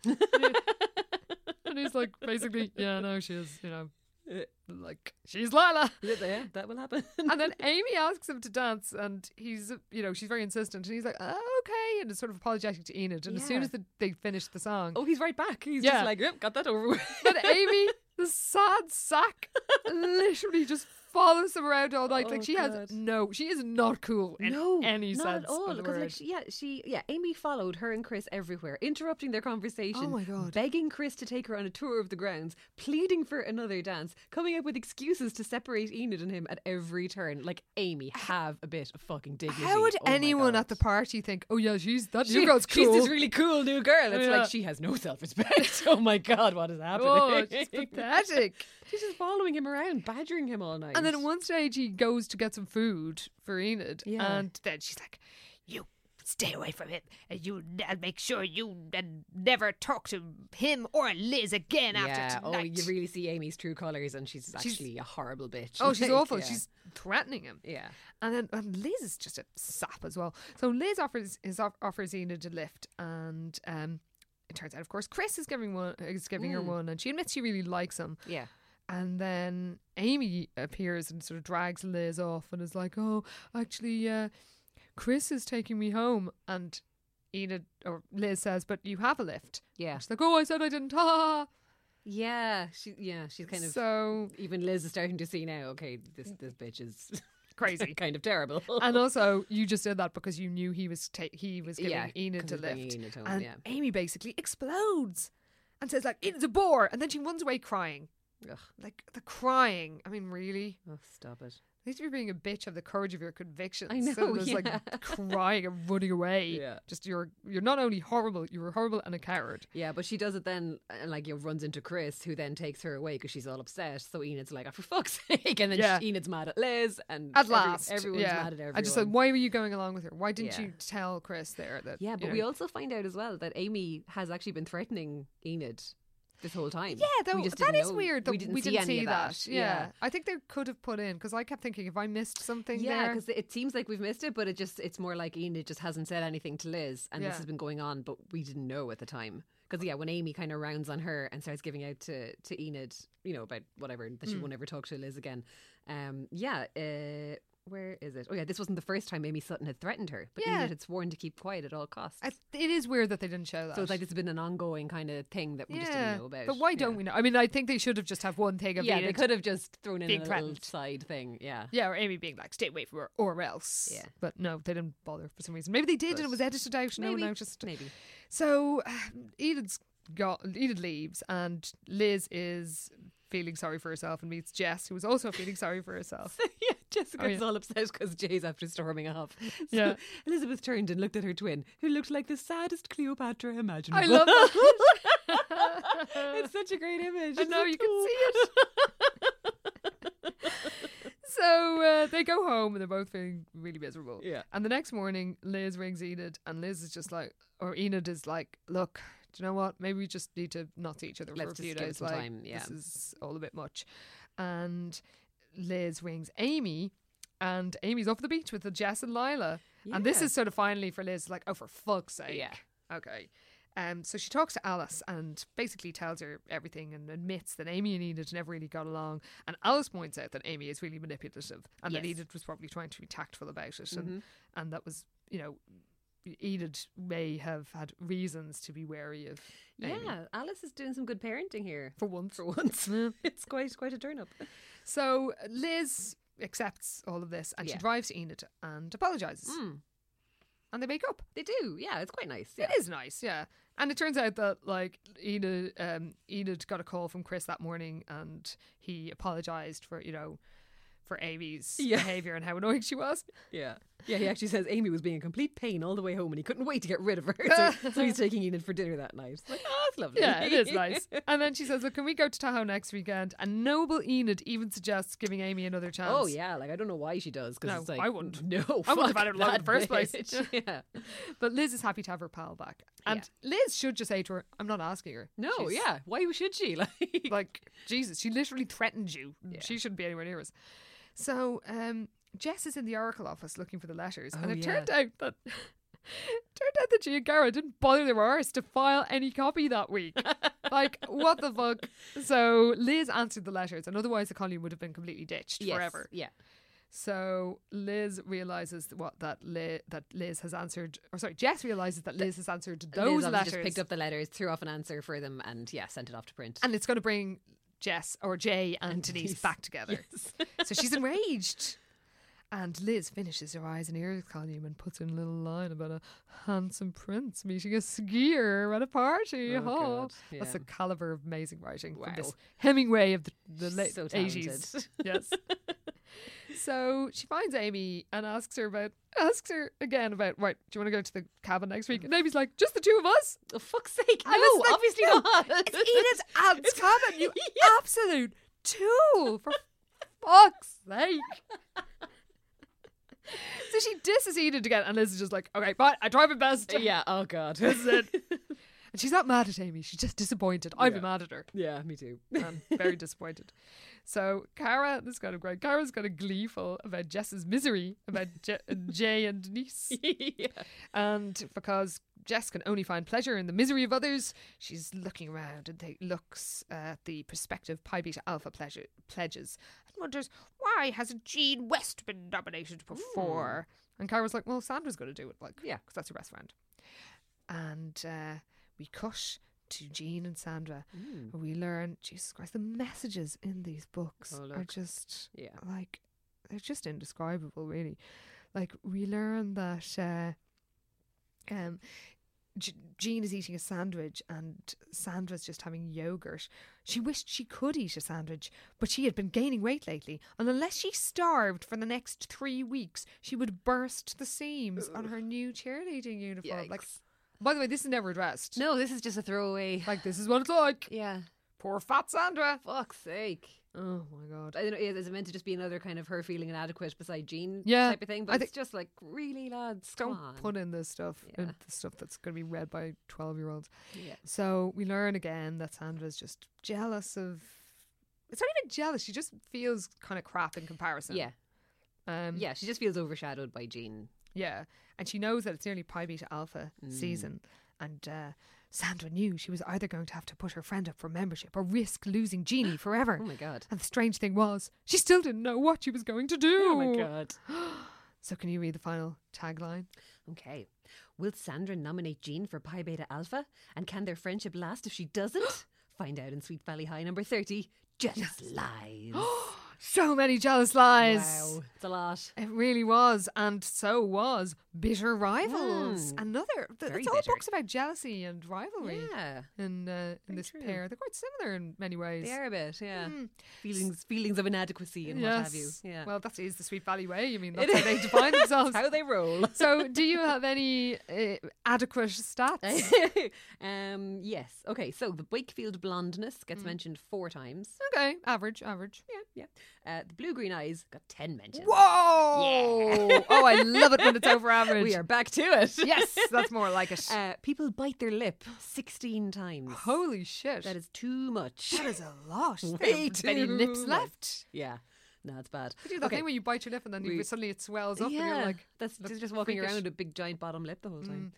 B: and he's like, basically, yeah, no, she is, you
C: [laughs]
B: know,
C: Uh,
B: like, she's Lila
C: Yeah, yeah, that will happen.
B: and then Amy asks him to dance, and he's, you know, she's very insistent, and he's like, oh, okay, and is sort of apologetic to Enid. And as soon
C: Yeah.
B: as the, they finish the song,
C: [laughs] oh, he's right back. He's
B: Yeah.
C: just like, yep, got that over with. [laughs]
B: but [laughs] Amy, the sad sack, literally just follows him around all night. like
C: Oh,
B: she
C: God.
B: has no, she is not cool in
C: no,
B: any
C: not
B: sense
C: at all.
B: of the
C: Because like
B: word.
C: she, yeah, she, yeah, Amy followed her and Chris everywhere, interrupting their conversation.
B: Oh my God.
C: Begging Chris to take her on a tour of the grounds, pleading for another dance, coming up with excuses to separate Enid and him at every turn. Like Amy, have a bit of fucking dignity.
B: How would
C: Oh my
B: anyone
C: God.
B: at the party think, oh yeah, she's that
C: She,
B: new girl's
C: She's
B: cool? [laughs]
C: this really cool new girl. It's
B: Yeah.
C: like she has no self-respect. [laughs] oh my god, what is happening?
B: oh, she's pathetic.
C: She's just following him around, badgering him all night.
B: And [laughs] then at one stage, he goes to get some food for Enid,
C: Yeah.
B: and then she's like,
D: You stay away from him, and you and make sure you and never talk to him or Liz again
C: yeah,
D: after
C: oh,
D: tonight.
C: you really see Amy's true colors, and she's actually a horrible bitch.
B: "Oh, she's
C: [laughs] Like,
B: awful.
C: yeah.
B: She's threatening him."
C: yeah.
B: And then and Liz is just a sap as well. So Liz offers is off- offers Enid a lift, and um, it turns out, of course, Chris is giving one is giving
C: Mm.
B: her one, and she admits she really likes him.
C: Yeah.
B: And then Amy appears and sort of drags Liz off and is like, "Oh, actually, uh, Chris is taking me home." And Enid or Liz says, "But you have a lift."
C: Yeah.
B: And she's like, "Oh, I said I didn't." [laughs] Ha!
C: Yeah. She yeah, she's kind of
B: so
C: even Liz is starting to see now, okay, this this bitch is [laughs]
B: crazy.
C: kind of terrible.
B: [laughs] and also, you just did that because you knew he was ta- he was giving
C: Yeah,
B: Enid
C: 'cause
B: a
C: he's bringing
B: lift.
C: Enid home,
B: and
C: yeah.
B: Amy basically explodes and says, "Like Enid's a bore," and then she runs away crying.
C: Ugh.
B: Like the crying. I mean, really.
C: [laughs] Oh, stop it.
B: At least if you're being a bitch of the courage of your convictions.
C: I
B: So
C: know,
B: there's
C: yeah. [laughs]
B: like crying and running away.
C: Yeah.
B: Just you're you're not only horrible, you're horrible and a coward.
C: Yeah, but she does it then, and like, you know, runs into Chris, who then takes her away because she's all upset. So Enid's like, oh, for fuck's [laughs] sake. And then
B: Yeah.
C: she, Enid's mad at Liz, and
B: At
C: every-
B: last.
C: everyone's
B: yeah.
C: mad at everyone.
B: I just said, why were you going along with her? Why didn't
C: Yeah.
B: you tell Chris there that
C: Yeah,
B: you
C: but
B: know,
C: we also find out as well that Amy has actually been threatening Enid this whole time.
B: yeah, though,
C: we just
B: that
C: didn't
B: is
C: know-
B: weird. That
C: we didn't see, any of that.
B: Yeah. I think they could have put in because I kept thinking if I missed something
C: Yeah,
B: there.
C: because it seems like we've missed it, but it just it's more like Enid just hasn't said anything to Liz, and
B: Yeah.
C: this has been going on, but we didn't know at the time. Because yeah, when Amy kind of rounds on her and starts giving out to to Enid, you know about whatever that
B: Hmm.
C: she won't ever talk to Liz again. Um, yeah. Uh, where is it? Oh yeah, this wasn't the first time Amy Sutton had threatened her, but
B: Yeah.
C: Enid had sworn to keep quiet at all costs.
B: I, it is weird that they didn't show that.
C: so it's like this has been an ongoing kind of thing that we
B: yeah.
C: just didn't know about.
B: But why
C: Yeah.
B: don't we know? I mean, I think they should have just have one thing of
C: Yeah,
B: Enid
C: they could have just thrown in a
B: being
C: little
B: threatened.
C: side thing. Yeah.
B: Yeah, or Amy being like, stay away from her or else.
C: Yeah.
B: But no, they didn't bother for some reason. Maybe they did and it was edited out. No one
C: Maybe,
B: noticed. [laughs]
C: maybe.
B: So [sighs] um, Enid's got, Enid leaves and Liz is feeling sorry for herself and meets Jess, who is also feeling sorry for
C: [laughs]
B: herself.
C: yeah,
B: Oh,
C: Jessica's
B: yeah.
C: all upset because Jay's after
B: [laughs]
C: storming off. So
B: Yeah.
C: Elizabeth turned and looked at her twin, who looked like the saddest Cleopatra imaginable.
B: I
C: [laughs]
B: love that.
C: it's such a great image.
B: I know you can see it. So [laughs] so uh, they go home and they're both feeling really miserable.
C: Yeah.
B: And the next morning, Liz rings Enid, and Liz is just like, or Enid is like, look, do you know what? Maybe we just need to not see each other for
C: Let's
B: a few
C: just give it
B: days.
C: some
B: like,
C: time, yeah.
B: this is all a bit much. And Liz rings Amy, and Amy's off the beach with the Jess and Lila. And this
C: Yeah.
B: is sort of finally for Liz, like, oh, for fuck's sake.
C: Yeah.
B: Okay. Um, so she talks to Alice and basically tells her everything and admits that Amy and Enid never really got along. And Alice points out that Amy is really manipulative and that
C: Yes. Mm-hmm.
B: Enid was probably trying to be tactful about it. And, and that was, you know, Enid may have had reasons to be wary of Amy.
C: Yeah, Alice is doing some good parenting here. [laughs]
B: For once.
C: For once. it's quite quite a turn up.
B: [laughs] So Liz accepts all of this and she
C: Yeah. Mm.
B: drives to Enid and apologizes. And they make up.
C: They do, yeah, it's quite nice. Yeah.
B: It is nice, yeah. And it turns out that like Enid, um, Enid got a call from Chris that morning, and he apologized for you know for Amy's
C: Yeah.
B: behavior and how annoying she
C: [laughs]
B: was.
C: Yeah. Yeah, he actually says Amy was being a complete pain all the way home and he couldn't wait to get rid of her.
B: [laughs]
C: So, so he's taking Enid for dinner that night. It's like, oh, it's lovely.
B: Yeah, it is nice. [laughs] And then she says, "Well, can we go to Tahoe next weekend?" And noble Enid even suggests giving Amy another chance.
C: [laughs] Oh yeah, like I don't know why she does because
B: No,
C: it's like
B: I wouldn't.
C: No,
B: I wouldn't have
C: fuck
B: had it alone in the
C: that
B: first place.
C: bitch. [laughs] yeah,
B: But Liz is happy to have her pal back, and Liz should just say to her, "I'm not asking her."
C: no,
B: She's-
C: yeah. Why should she? [laughs] Like,
B: [laughs] like Jesus, she literally threatened you. She shouldn't be anywhere near us. So um, Jess is in the Oracle office looking for the letters, and
C: Oh,
B: it
C: yeah.
B: turned out that [laughs] turned out that Giancarlo didn't bother their arse to file any copy that
C: [laughs]
B: week. like what the fuck? So Liz answered the letters, and otherwise the column would have been completely ditched
C: Yes,
B: forever.
C: Yeah,
B: So Liz realizes th- what that Liz, that Liz has answered, or sorry, Jess realizes that Liz has answered
C: Liz
B: those
C: obviously
B: letters,
C: just picked up the letters, threw off an answer for them, and yeah, sent it off to print.
B: and it's going to bring. Jess or Jay and Denise
C: Denise.
B: back together.
C: [laughs]
B: So she's enraged. And Liz finishes her eyes and ears column and puts in a little line about a handsome prince meeting a skier at a party.
C: Oh,
B: Huh.
C: God,
B: That's the
C: yeah.
B: caliber of amazing writing from this
C: Wow.
B: Hemingway of the, the late
C: so
B: [laughs] 80s. Yes. so she finds Amy and asks her about asks her again about right. Do you want to go to the cabin next week? And Amy's like, just the two of us.
C: oh, fuck's sake!
B: And it's
C: No,
B: like,
C: obviously
B: no,
C: not.
B: It's Edith Ab's cabin. You
C: [laughs] Yeah.
B: absolute tool for fuck's sake. So she disses Edith again, and Liz is just like, okay, fine, I try my best.
C: [laughs] yeah. Oh god.
B: This [laughs] is it. And she's not mad at Amy, she's just disappointed. I'd be
C: Yeah.
B: mad at her.
C: [laughs] yeah, me too. [laughs]
B: I'm very disappointed. So Cara, this is kind of great. Cara's kind of gleeful about Jess's misery about
C: [laughs]
B: Je- Jay and Denise.
C: yeah.
B: And because Jess can only find pleasure in the misery of others, she's looking around and they looks at the prospective Pi Beta Alpha pleasure, pledges and wonders why hasn't Jean West been nominated before? And Cara's like, well, Sandra's going to do it, like,
C: Hmm. Yeah.
B: because that's her best friend. And uh, we cut to Jean and Sandra.
C: Mm.
B: and We learn, Jesus Christ, the messages in these books
C: Oh,
B: are
C: look.
B: just
C: Yeah.
B: like they're just indescribable really like we learn that uh um G- Jean is eating a sandwich and Sandra's just having yogurt. She wished she could eat a sandwich, but she had been gaining weight lately, and unless she starved for the next three weeks, she would burst the seams on her new cheerleading uniform. Like,
C: Yikes.
B: by the way, this is never addressed.
C: No, this is just a throwaway.
B: Like, this is what it's like.
C: yeah.
B: Poor fat Sandra.
C: Fuck's sake.
B: Oh my god.
C: I don't know. Is it meant to just be another kind of her feeling inadequate beside Jean
B: Yeah,
C: type of thing? But
B: I
C: it's
B: think-
C: just like really, lads.
B: don't
C: come on.
B: put in this stuff
C: Yeah.
B: in the stuff that's going to be read by 12 year olds
C: Yeah.
B: so we learn again that sandra's just jealous of it's not even jealous she just feels kind of crap in comparison
C: Yeah,
B: um yeah
C: yeah. She just feels overshadowed by Jean.
B: yeah and she knows that it's nearly pi beta alpha
C: Mm.
B: season and uh Sandra knew she was either going to have to put her friend up for membership or risk losing
C: [gasps]
B: Jeannie forever.
C: Oh my god.
B: And the strange thing was, she still didn't know what she was going to do.
C: Oh god.
B: So, can you read the final tagline?
C: Okay. Will Sandra nominate Jean for Pi Beta Alpha? And can their friendship last if
B: [gasps]
C: she doesn't? Find out in Sweet Valley High number thirty. Jealous lies.
B: So many jealous [gasps] lies.
C: wow, it's a lot.
B: It really was, and so was bitter rivals.
C: Mm.
B: Another, th-
C: Very
B: it's all
C: bitter.
B: books about jealousy and rivalry.
C: Yeah,
B: And uh, in this
C: true.
B: pair, they're quite similar in many ways.
C: they are a bit. Yeah,
B: Mm.
C: feelings feelings of inadequacy and what have you.
B: Yes.
C: Yeah,
B: Well, that is the Sweet Valley way. I mean,
C: It
B: that's how they
C: is. [laughs]
B: define themselves.
C: how they roll.
B: so, do you have any uh, adequate
C: [laughs]
B: stats?
C: um, yes.
B: Mm.
C: Okay. So the Wakefield blondness gets mentioned four times.
B: okay, average, average.
C: Yeah, yeah. Uh, the Blue Green Eyes got 10 mentions.
B: Whoa! Oh, I love it when it's over average.
C: We are [laughs] back to it.
B: Yes, that's more like it.
C: Uh, people bite their lip 16 times.
B: Holy shit.
C: That is too much.
B: That is a lot.
C: Way
B: There are many
C: too
B: lips
C: much.
B: left.
C: [laughs] yeah. No, it's bad.
B: You do that thing where you bite your lip and then you,
C: We-
B: suddenly it swells up and you're like,
C: that's
B: look
C: just, just walking
B: freakish. Mm.
C: around with a big giant bottom lip the whole time.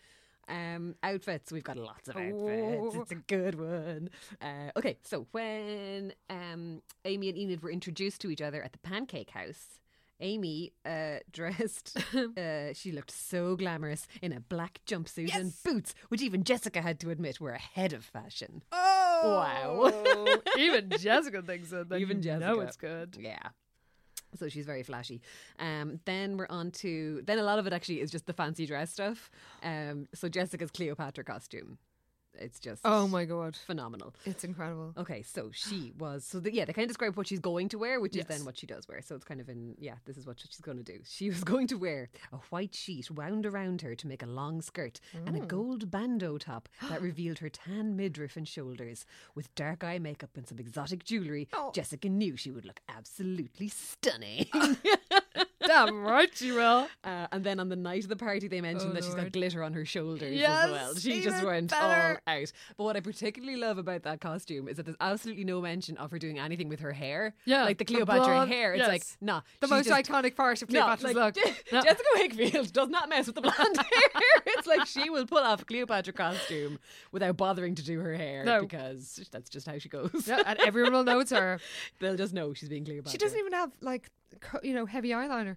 C: Um, outfits, we've got lots of outfits.
B: Oh.
C: It's a good one. Uh, okay, so when um, Amy and Enid were introduced to each other at the Pancake House, Amy uh, [laughs]
B: [laughs]
C: dressed, uh, she looked so glamorous in a black jumpsuit and boots, which even Jessica had to admit were ahead of fashion.
B: oh,
C: [laughs]
B: wow. [laughs] even Jessica thinks it. Then
C: Even
B: you know
C: Jessica.
B: it's good.
C: Yeah. So she's very flashy. Um, then we're on to then a lot of it actually is just the fancy dress stuff. Um, so Jessica's Cleopatra costume, it's just
B: Oh my god,
C: phenomenal.
B: it's incredible.
C: Okay, so she was so the, yeah they kind of describe what she's going to wear, which is
B: Yes.
C: then what she does wear. So it's kind of in yeah this is what she's going to do. She [laughs] was going to wear a white sheet wound around her to make a long skirt and a gold bandeau top that revealed her tan midriff and shoulders. With dark eye makeup and some exotic jewelry, Jessica knew she would look absolutely stunning. [laughs]
B: Damn right you will.
C: Uh, and then on the night of the party, they mentioned
B: Oh,
C: that she's
B: Lord.
C: got glitter on her shoulders
B: Yes,
C: as well. She
B: even
C: just went
B: better.
C: all out. But what I particularly love about that costume is that there's absolutely no mention of her doing anything with her hair.
B: Yeah,
C: like the
B: the
C: Cleopatra
B: blonde-
C: hair. It's like
B: yes.
C: nah,
B: The
C: she
B: most
C: just-
B: iconic part of
C: no,
B: Cleopatra's
C: [laughs] like,
B: look. No.
C: Jessica Wakefield does not mess with the blonde [laughs] hair. It's like she will pull off a Cleopatra costume without bothering to do her hair
B: No.
C: because that's just how she goes.
B: Yeah, and everyone will know it's her.
C: [laughs] They'll just know she's being Cleopatra.
B: She doesn't even have like co- you know heavy eyeliner.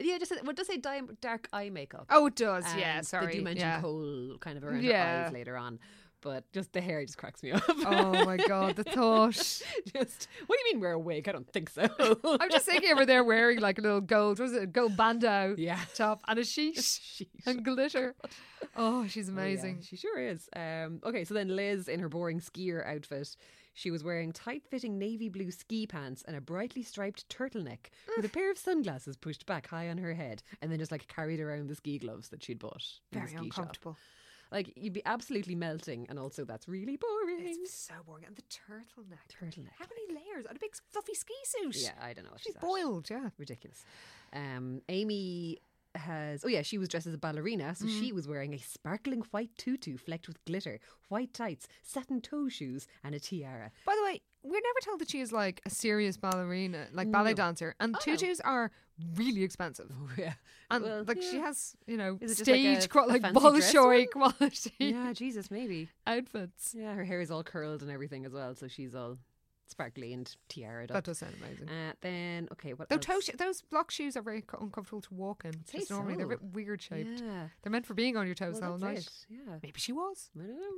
C: Yeah, just what does say di- dark eye makeup?
B: Oh, it does.
C: And
B: yeah, sorry.
C: They do mention
B: yeah.
C: coal kind of around her
B: Yeah.
C: eyes later on, but just the hair just cracks me [laughs] up.
B: Oh my god,
C: [laughs]
B: the thought.
C: just what do you mean wear a wig? I don't think
B: [laughs]
C: so. [laughs]
B: I'm just thinking over there wearing like a little gold, was it a gold bandeau
C: Yeah.
B: top and a sheesh
C: [laughs] Sheesh.
B: and
C: [laughs]
B: glitter. Oh, she's
C: Oh, yeah,
B: amazing.
C: she sure is. Um, okay, so then Liz in her boring skier outfit. She was wearing tight fitting navy blue ski pants and a brightly striped turtleneck with a pair of sunglasses pushed back high on her head and then just like carried around the ski gloves that she'd bought. in the
B: Very
C: ski shop.
B: uncomfortable.
C: Like you'd be absolutely melting and also that's really boring.
B: It's so boring. And the turtleneck.
C: Turtleneck.
B: How many layers? And a big fluffy ski suit.
C: Yeah, I don't know. What
B: She's
C: she's at.
B: boiled, yeah.
C: ridiculous. Um, Amy has oh yeah, she was dressed as a ballerina, so
B: Mm.
C: she was wearing a sparkling white tutu flecked with glitter, white tights, satin toe shoes, and a tiara.
B: [laughs] By the way, we're never told that she is like a serious ballerina, like ballet
C: No. Oh,
B: dancer. And tutus are really expensive.
C: yeah,
B: And
C: Well,
B: like she [laughs]
C: yeah.
B: has, you know,
C: Is it just like
B: stage
C: a-
B: qual-
C: a
B: like
C: fancy dress
B: Bolshoi quality
C: yeah, Jesus, maybe.
B: [laughs] outfits.
C: Yeah, her hair is all curled and everything as well, so she's all sparkly and tiara.
B: That does sound amazing.
C: Uh, then okay, what?
B: Though
C: else?
B: toe sho- those block shoes are very co- uncomfortable to walk in.
C: Say
B: Just normally they're a
C: so.
B: bit weird shaped.
C: Yeah.
B: They're meant for being on your toes
C: Well,
B: the whole night.
C: that's it, Yeah.
B: Maybe she was.
C: I don't know.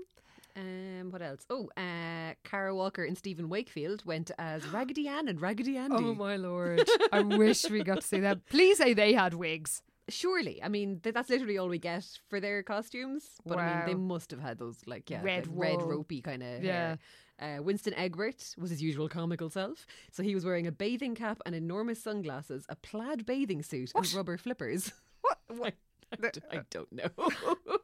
C: Um, what else? Oh, uh, Cara Walker and Stephen Wakefield went
B: [gasps]
C: as Raggedy Ann and Raggedy Andy.
B: Oh my lord! I wish we got to see that. Please say they had wigs.
C: Surely, I mean th- that's literally all we get for their costumes. But I mean, they
B: Wow.
C: must have had those like yeah,
B: Red
C: like, red
B: wool.
C: ropey kind of Uh, Winston Egbert was his usual comical self, so he was wearing a bathing cap and enormous sunglasses, a plaid bathing suit, and rubber flippers. [laughs]
B: What? what?
C: I d- I don't know. [laughs]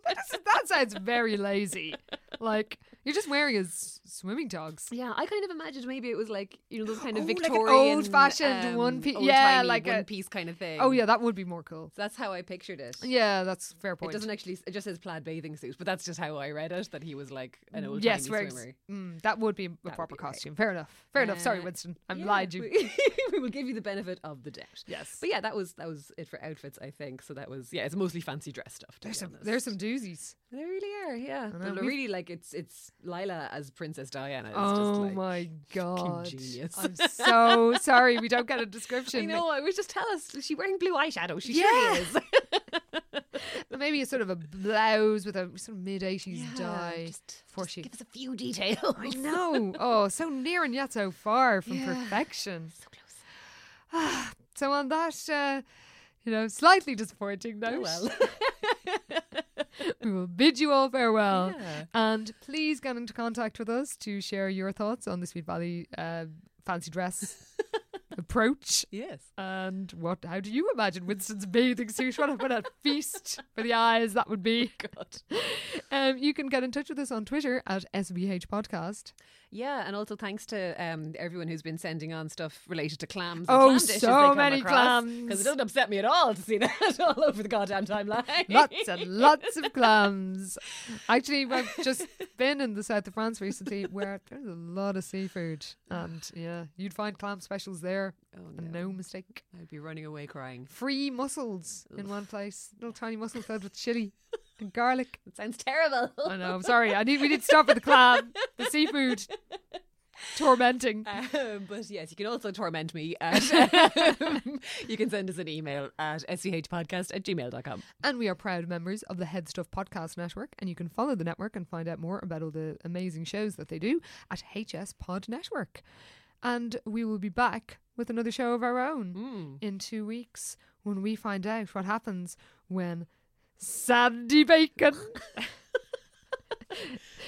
B: That sounds very lazy. Like you're just wearing his swimming togs.
C: yeah, I kind of imagined maybe it was like you know those kind of
B: Oh, like an
C: Victorian, um,
B: old-fashioned one pie-
C: old-timey
B: yeah, like a-
C: one piece kind of thing.
B: Oh yeah, that would be more cool.
C: that's how I pictured it.
B: Yeah, that's a fair
C: It
B: point.
C: doesn't actually. It just says plaid bathing suit, but that's just how I read it. That he was like an old
B: yes,
C: swimmer.
B: wearing s- mm, that would be a
C: would
B: proper
C: be right.
B: costume. Fair enough. Fair enough. Sorry,
C: Uh,
B: Winston. I'm
C: Yeah,
B: lied [laughs] you.
C: We, [laughs] we will give you the benefit of the doubt.
B: Yes.
C: But yeah, that was that was it for outfits, I think. So that was yeah, it's mostly fancy dress stuff. To
B: There's
C: be
B: some.
C: honest.
B: There's some doozies.
C: There really are, yeah.
B: know,
C: But
B: we've-
C: really, like it's it's Lila as Princess Diana. It's
B: oh
C: just like,
B: my god!
C: genius.
B: I'm so sorry we don't get a
C: [laughs] I
B: description.
C: know. I was just tell us. Is she wearing blue eyeshadow? She
B: Yeah. [laughs]
C: surely is.
B: Maybe a sort of a blouse with a sort of mid eighties
C: Yeah,
B: dye.
C: just-
B: before
C: just
B: she-
C: give us a few details.
B: I know. [laughs] Oh, so near and yet so far from
C: Yeah.
B: perfection. So close. [sighs] so on that, uh, you know, slightly disappointing note,
C: Oh, well.
B: [laughs] we will bid you all farewell.
C: Yeah.
B: And please get into contact with us to share your thoughts on the Sweet Valley uh, fancy
C: [laughs]
B: dress approach.
C: yes.
B: And what? How do you imagine Winston's bathing suit? What a, what a feast for the eyes that would be!
C: Oh
B: [laughs]
C: God.
B: Um, you can get in touch with us on Twitter at SBH Podcast.
C: Yeah, and also thanks to um, everyone who's been sending on stuff related to clams. And
B: Oh,
C: clam dishes
B: so
C: they come
B: many
C: across,
B: clams.
C: Because it doesn't upset me at all to see that [laughs] all over the goddamn timeline.
B: Lots
C: [laughs]
B: and lots of clams. Actually, I've just been in the south of France recently where there's a lot of seafood. And
C: [sighs]
B: yeah, you'd find clam specials there.
C: Oh,
B: And
C: no.
B: no mistake.
C: I'd be running away crying.
B: Free mussels in one place. Little tiny mussels filled with chili and garlic.
C: It sounds terrible.
B: I know. I'm sorry. I need. We need to stop with the clam, the seafood. Tormenting.
C: Um, [laughs] but yes, you can also torment me. At, [laughs] um, you can send us an email at schpodcast at gmail.com.
B: And we are proud members of the Head Stuff Podcast Network, and you can follow the network and find out more about all the amazing shows that they do at HS Pod Network. And we will be back with another show of our own in two weeks when we find out what happens when Sandy [laughs] Bacon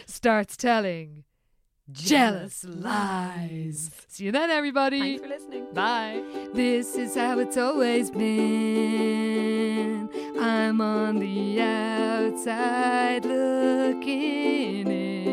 B: starts telling jealous lies. See you then, everybody.
C: Thanks for listening.
B: Bye. This is how it's always been. I'm on the outside looking in.